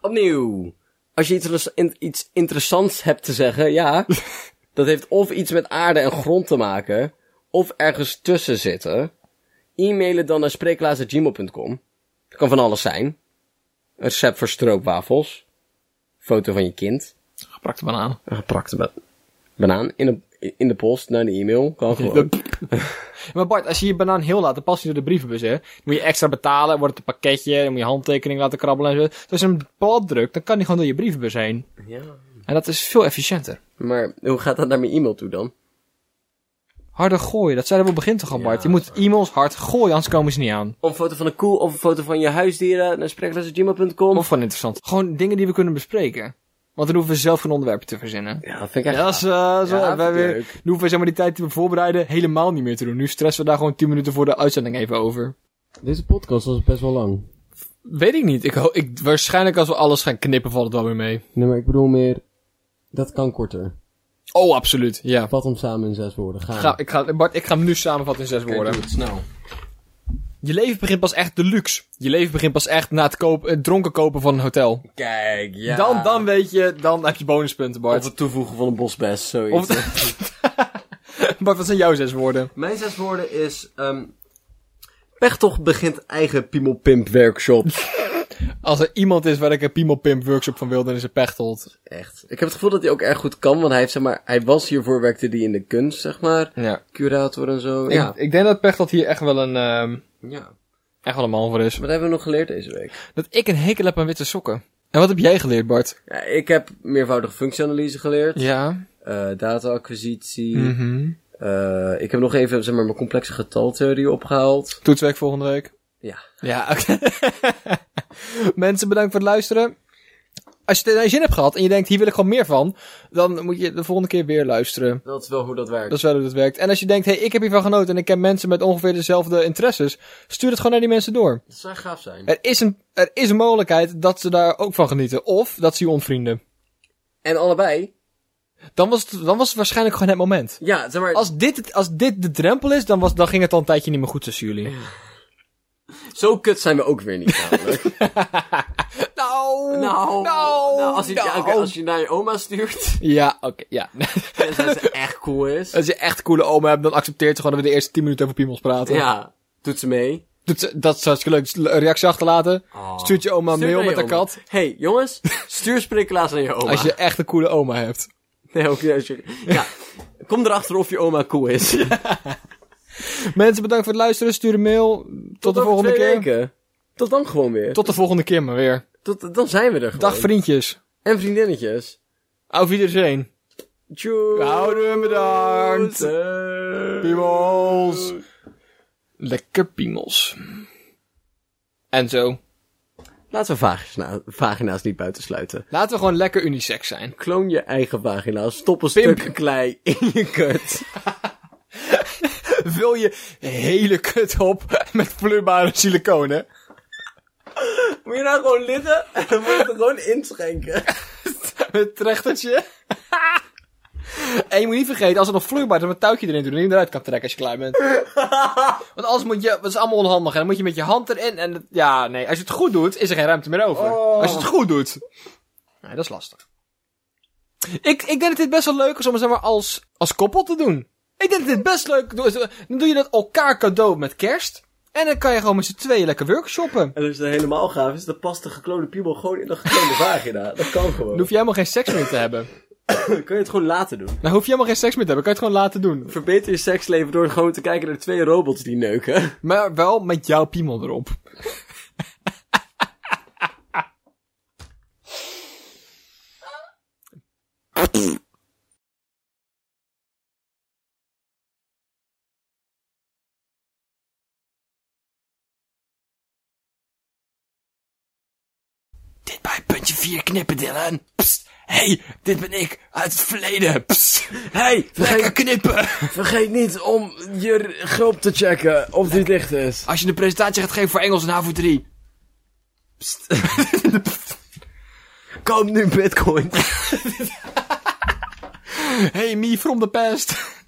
[SPEAKER 1] Opnieuw. Als je iets, res- in- iets interessants hebt te zeggen, [LAUGHS] ja. dat heeft of iets met aarde en grond te maken. Of ergens tussen zitten. E-mailen dan naar spreeklaas.gmail.com. Dat kan van alles zijn. Een recept voor stroopwafels. Foto van je kind.
[SPEAKER 2] geprakte banaan.
[SPEAKER 1] Een geprakte ba- banaan in de, in de post naar de e-mail. [LAUGHS] Kan gewoon.
[SPEAKER 2] Maar Bart, als je je banaan heel laat, dan past hij door de brievenbus, hè? Dan moet je extra betalen, wordt het een pakketje, dan moet je handtekening laten krabbelen en zo. Dus als je hem op het pad drukt, dan kan hij gewoon door je brievenbus heen.
[SPEAKER 1] Ja.
[SPEAKER 2] En dat is veel efficiënter.
[SPEAKER 1] Maar hoe gaat dat naar mijn e-mail toe dan?
[SPEAKER 2] Harder gooien, dat zeiden we op het begin toch al, Bart? Je moet e-mails hard gooien, anders komen ze niet aan.
[SPEAKER 1] Of een foto van een koe of een foto van je huisdieren naar spreeklaas.gmail.com.
[SPEAKER 2] Of gewoon interessant. Gewoon dingen die we kunnen bespreken. Want dan hoeven we zelf geen onderwerpen te verzinnen.
[SPEAKER 1] Ja, dat vind ik echt
[SPEAKER 2] Ja, dat is, eh, dat is wel-
[SPEAKER 1] Ja,
[SPEAKER 2] wij weer,
[SPEAKER 1] leuk.
[SPEAKER 2] nu hoeven we zeg maar die tijd die we voorbereiden helemaal niet meer te doen. Nu stressen we daar gewoon 10 minuten voor de uitzending even over.
[SPEAKER 1] Deze podcast was best wel lang.
[SPEAKER 2] Weet ik niet. Ik, ho- ik, waarschijnlijk als we alles gaan knippen valt het wel weer mee.
[SPEAKER 1] Nee, maar ik bedoel meer... Dat kan korter.
[SPEAKER 2] Oh, absoluut. Ja.
[SPEAKER 1] Vat hem samen in zes woorden. Ga.
[SPEAKER 2] Ga, ik ga, Bart, ik ga hem nu samenvatten in zes woorden.
[SPEAKER 1] snel.
[SPEAKER 2] Je leven begint pas echt deluxe. Je leven begint pas echt na het, koop, het dronken kopen van een hotel.
[SPEAKER 1] Kijk, ja.
[SPEAKER 2] Dan, dan weet je, dan heb je bonuspunten, Bart.
[SPEAKER 1] Of het toevoegen van een bosbest, zoiets.
[SPEAKER 2] Of [LAUGHS] Bart, wat zijn jouw zes woorden?
[SPEAKER 1] Mijn zes woorden is... ehm Pechtocht begint eigen piemelpimp workshop.
[SPEAKER 2] Als er iemand is waar ik een piemelpimp workshop van wil, dan is het Pechtold.
[SPEAKER 1] Echt. Ik heb het gevoel dat hij ook erg goed kan, want hij heeft zeg maar... Hij was hiervoor, werkte hij in de kunst, zeg maar.
[SPEAKER 2] Ja.
[SPEAKER 1] Curator en zo.
[SPEAKER 2] Ik,
[SPEAKER 1] ja.
[SPEAKER 2] ik denk dat Pechtold hier echt wel een, ehm,
[SPEAKER 1] ja.
[SPEAKER 2] echt wel een man voor is.
[SPEAKER 1] Wat hebben we nog geleerd deze week?
[SPEAKER 2] Dat ik een hekel heb aan witte sokken. En wat heb jij geleerd, Bart?
[SPEAKER 1] Ja, ik heb meervoudige functieanalyse geleerd.
[SPEAKER 2] Ja.
[SPEAKER 1] eh, Data-acquisitie.
[SPEAKER 2] Mhm.
[SPEAKER 1] Eh, ik heb nog even zeg maar, mijn complexe getaltheorie opgehaald.
[SPEAKER 2] Toetsweek volgende week.
[SPEAKER 1] Ja.
[SPEAKER 2] Ja, oké. [LAUGHS] Mensen, bedankt voor het luisteren. Als je er nou zin hebt gehad en je denkt, hier wil ik gewoon meer van, dan moet je de volgende keer weer luisteren.
[SPEAKER 1] Dat is wel hoe dat werkt.
[SPEAKER 2] Dat is wel hoe dat werkt. En als je denkt, hé, hey, ik heb hiervan genoten en ik ken mensen met ongeveer dezelfde interesses, stuur het gewoon naar die mensen door.
[SPEAKER 1] Dat zou gaaf zijn.
[SPEAKER 2] Er is een, er is een mogelijkheid dat ze daar ook van genieten. Of dat ze je ontvrienden.
[SPEAKER 1] En allebei?
[SPEAKER 2] Dan was het, dan was het waarschijnlijk gewoon het moment.
[SPEAKER 1] Ja, zeg maar...
[SPEAKER 2] Als dit, het, als dit de drempel is, dan, was, dan ging het al een tijdje niet meer goed tussen jullie.
[SPEAKER 1] Zo kut zijn we ook weer niet
[SPEAKER 2] [LAUGHS]
[SPEAKER 1] namelijk.
[SPEAKER 2] Nou,
[SPEAKER 1] nou,
[SPEAKER 2] nou,
[SPEAKER 1] nou, als, je,
[SPEAKER 2] nou.
[SPEAKER 1] oké, als je naar je oma stuurt, [LAUGHS]
[SPEAKER 2] Ja, oké, ja. [LAUGHS]
[SPEAKER 1] en ze echt cool is.
[SPEAKER 2] Als je echt een coole oma hebt, dan accepteert ze gewoon dat we de eerste 10 minuten over piemels praten.
[SPEAKER 1] Ja, doet ze mee.
[SPEAKER 2] Dat, is- dat is hartstikke leuk. Dus Een reactie achterlaten. Stuurt Oh. je oma een mail Nou, met
[SPEAKER 1] de
[SPEAKER 2] een kat.
[SPEAKER 1] hey, jongens, stuur sprinkelaars aan je oma.
[SPEAKER 2] Als je echt een coole oma hebt.
[SPEAKER 1] [LAUGHS] Nee, ook niet als je- Ja, kom erachter of je oma cool is. Tot,
[SPEAKER 2] Mensen, bedankt voor het luisteren. Stuur een mail. Tot, de
[SPEAKER 1] over
[SPEAKER 2] volgende
[SPEAKER 1] twee
[SPEAKER 2] keer.
[SPEAKER 1] weken. Tot dan gewoon weer. Tot...
[SPEAKER 2] Tot de volgende keer maar weer.
[SPEAKER 1] dan zijn we er gewoon.
[SPEAKER 2] Dag vriendjes.
[SPEAKER 1] En vriendinnetjes.
[SPEAKER 2] Auf Wiedersehen.
[SPEAKER 1] Tjoe.
[SPEAKER 2] Houden bedankt.
[SPEAKER 1] Doei.
[SPEAKER 2] Piemels. Lekker piemels. En zo.
[SPEAKER 1] Laten we vagina- vagina's niet buitensluiten.
[SPEAKER 2] Laten we gewoon lekker unisex zijn.
[SPEAKER 1] Kloon je eigen vagina. Stop een
[SPEAKER 2] Pimp.
[SPEAKER 1] stuk klei in je kut.
[SPEAKER 2] Vul je hele kut op met vloeibare siliconen.
[SPEAKER 1] [LAUGHS] Moet je nou gewoon liggen [LAUGHS] en dan moet je het gewoon inschenken.
[SPEAKER 2] Met trechtertje. en je moet niet vergeten, als het nog vloeibaar is, dan een touwtje erin doen. En je eruit kan trekken als je klaar bent. Want anders moet je, dat is allemaal onhandig. En dan moet je met je hand erin. En het- ja, nee. Als je het goed doet, is er geen ruimte meer over.
[SPEAKER 1] Oh.
[SPEAKER 2] Als je het goed doet. Nee, dat is lastig. Ik, ik denk dat dit best wel leuk is om het, zeg maar, als, als koppel te doen. Ik denk dat dit best leuk is. Dan doe je dat elkaar cadeau met kerst. En dan kan je gewoon met z'n tweeën lekker workshoppen.
[SPEAKER 1] [LAUGHS] En als het helemaal gaaf is, dan past de gekloonde piemel gewoon in de gekloonde vagina. Dat kan gewoon.
[SPEAKER 2] Dan hoef je helemaal geen seks meer te hebben.
[SPEAKER 1] Dan kun je het gewoon laten doen.
[SPEAKER 2] Dan hoef je helemaal geen seks meer te hebben. Kan je het gewoon laten doen.
[SPEAKER 1] Verbeter je seksleven door gewoon te kijken naar twee robots die neuken.
[SPEAKER 2] Maar wel met jouw piemel erop. Dit bij puntje 4 knippen, Dylan. Psst. Hey, dit ben ik uit het verleden. Psst.
[SPEAKER 1] Hey,
[SPEAKER 2] Lekker knippen.
[SPEAKER 1] vergeet niet om je grop te checken of die dicht is.
[SPEAKER 2] Als je een presentatie gaat geven voor Engels en HAVO 3.
[SPEAKER 1] Koop nu bitcoin.
[SPEAKER 2] Hey, me from the past.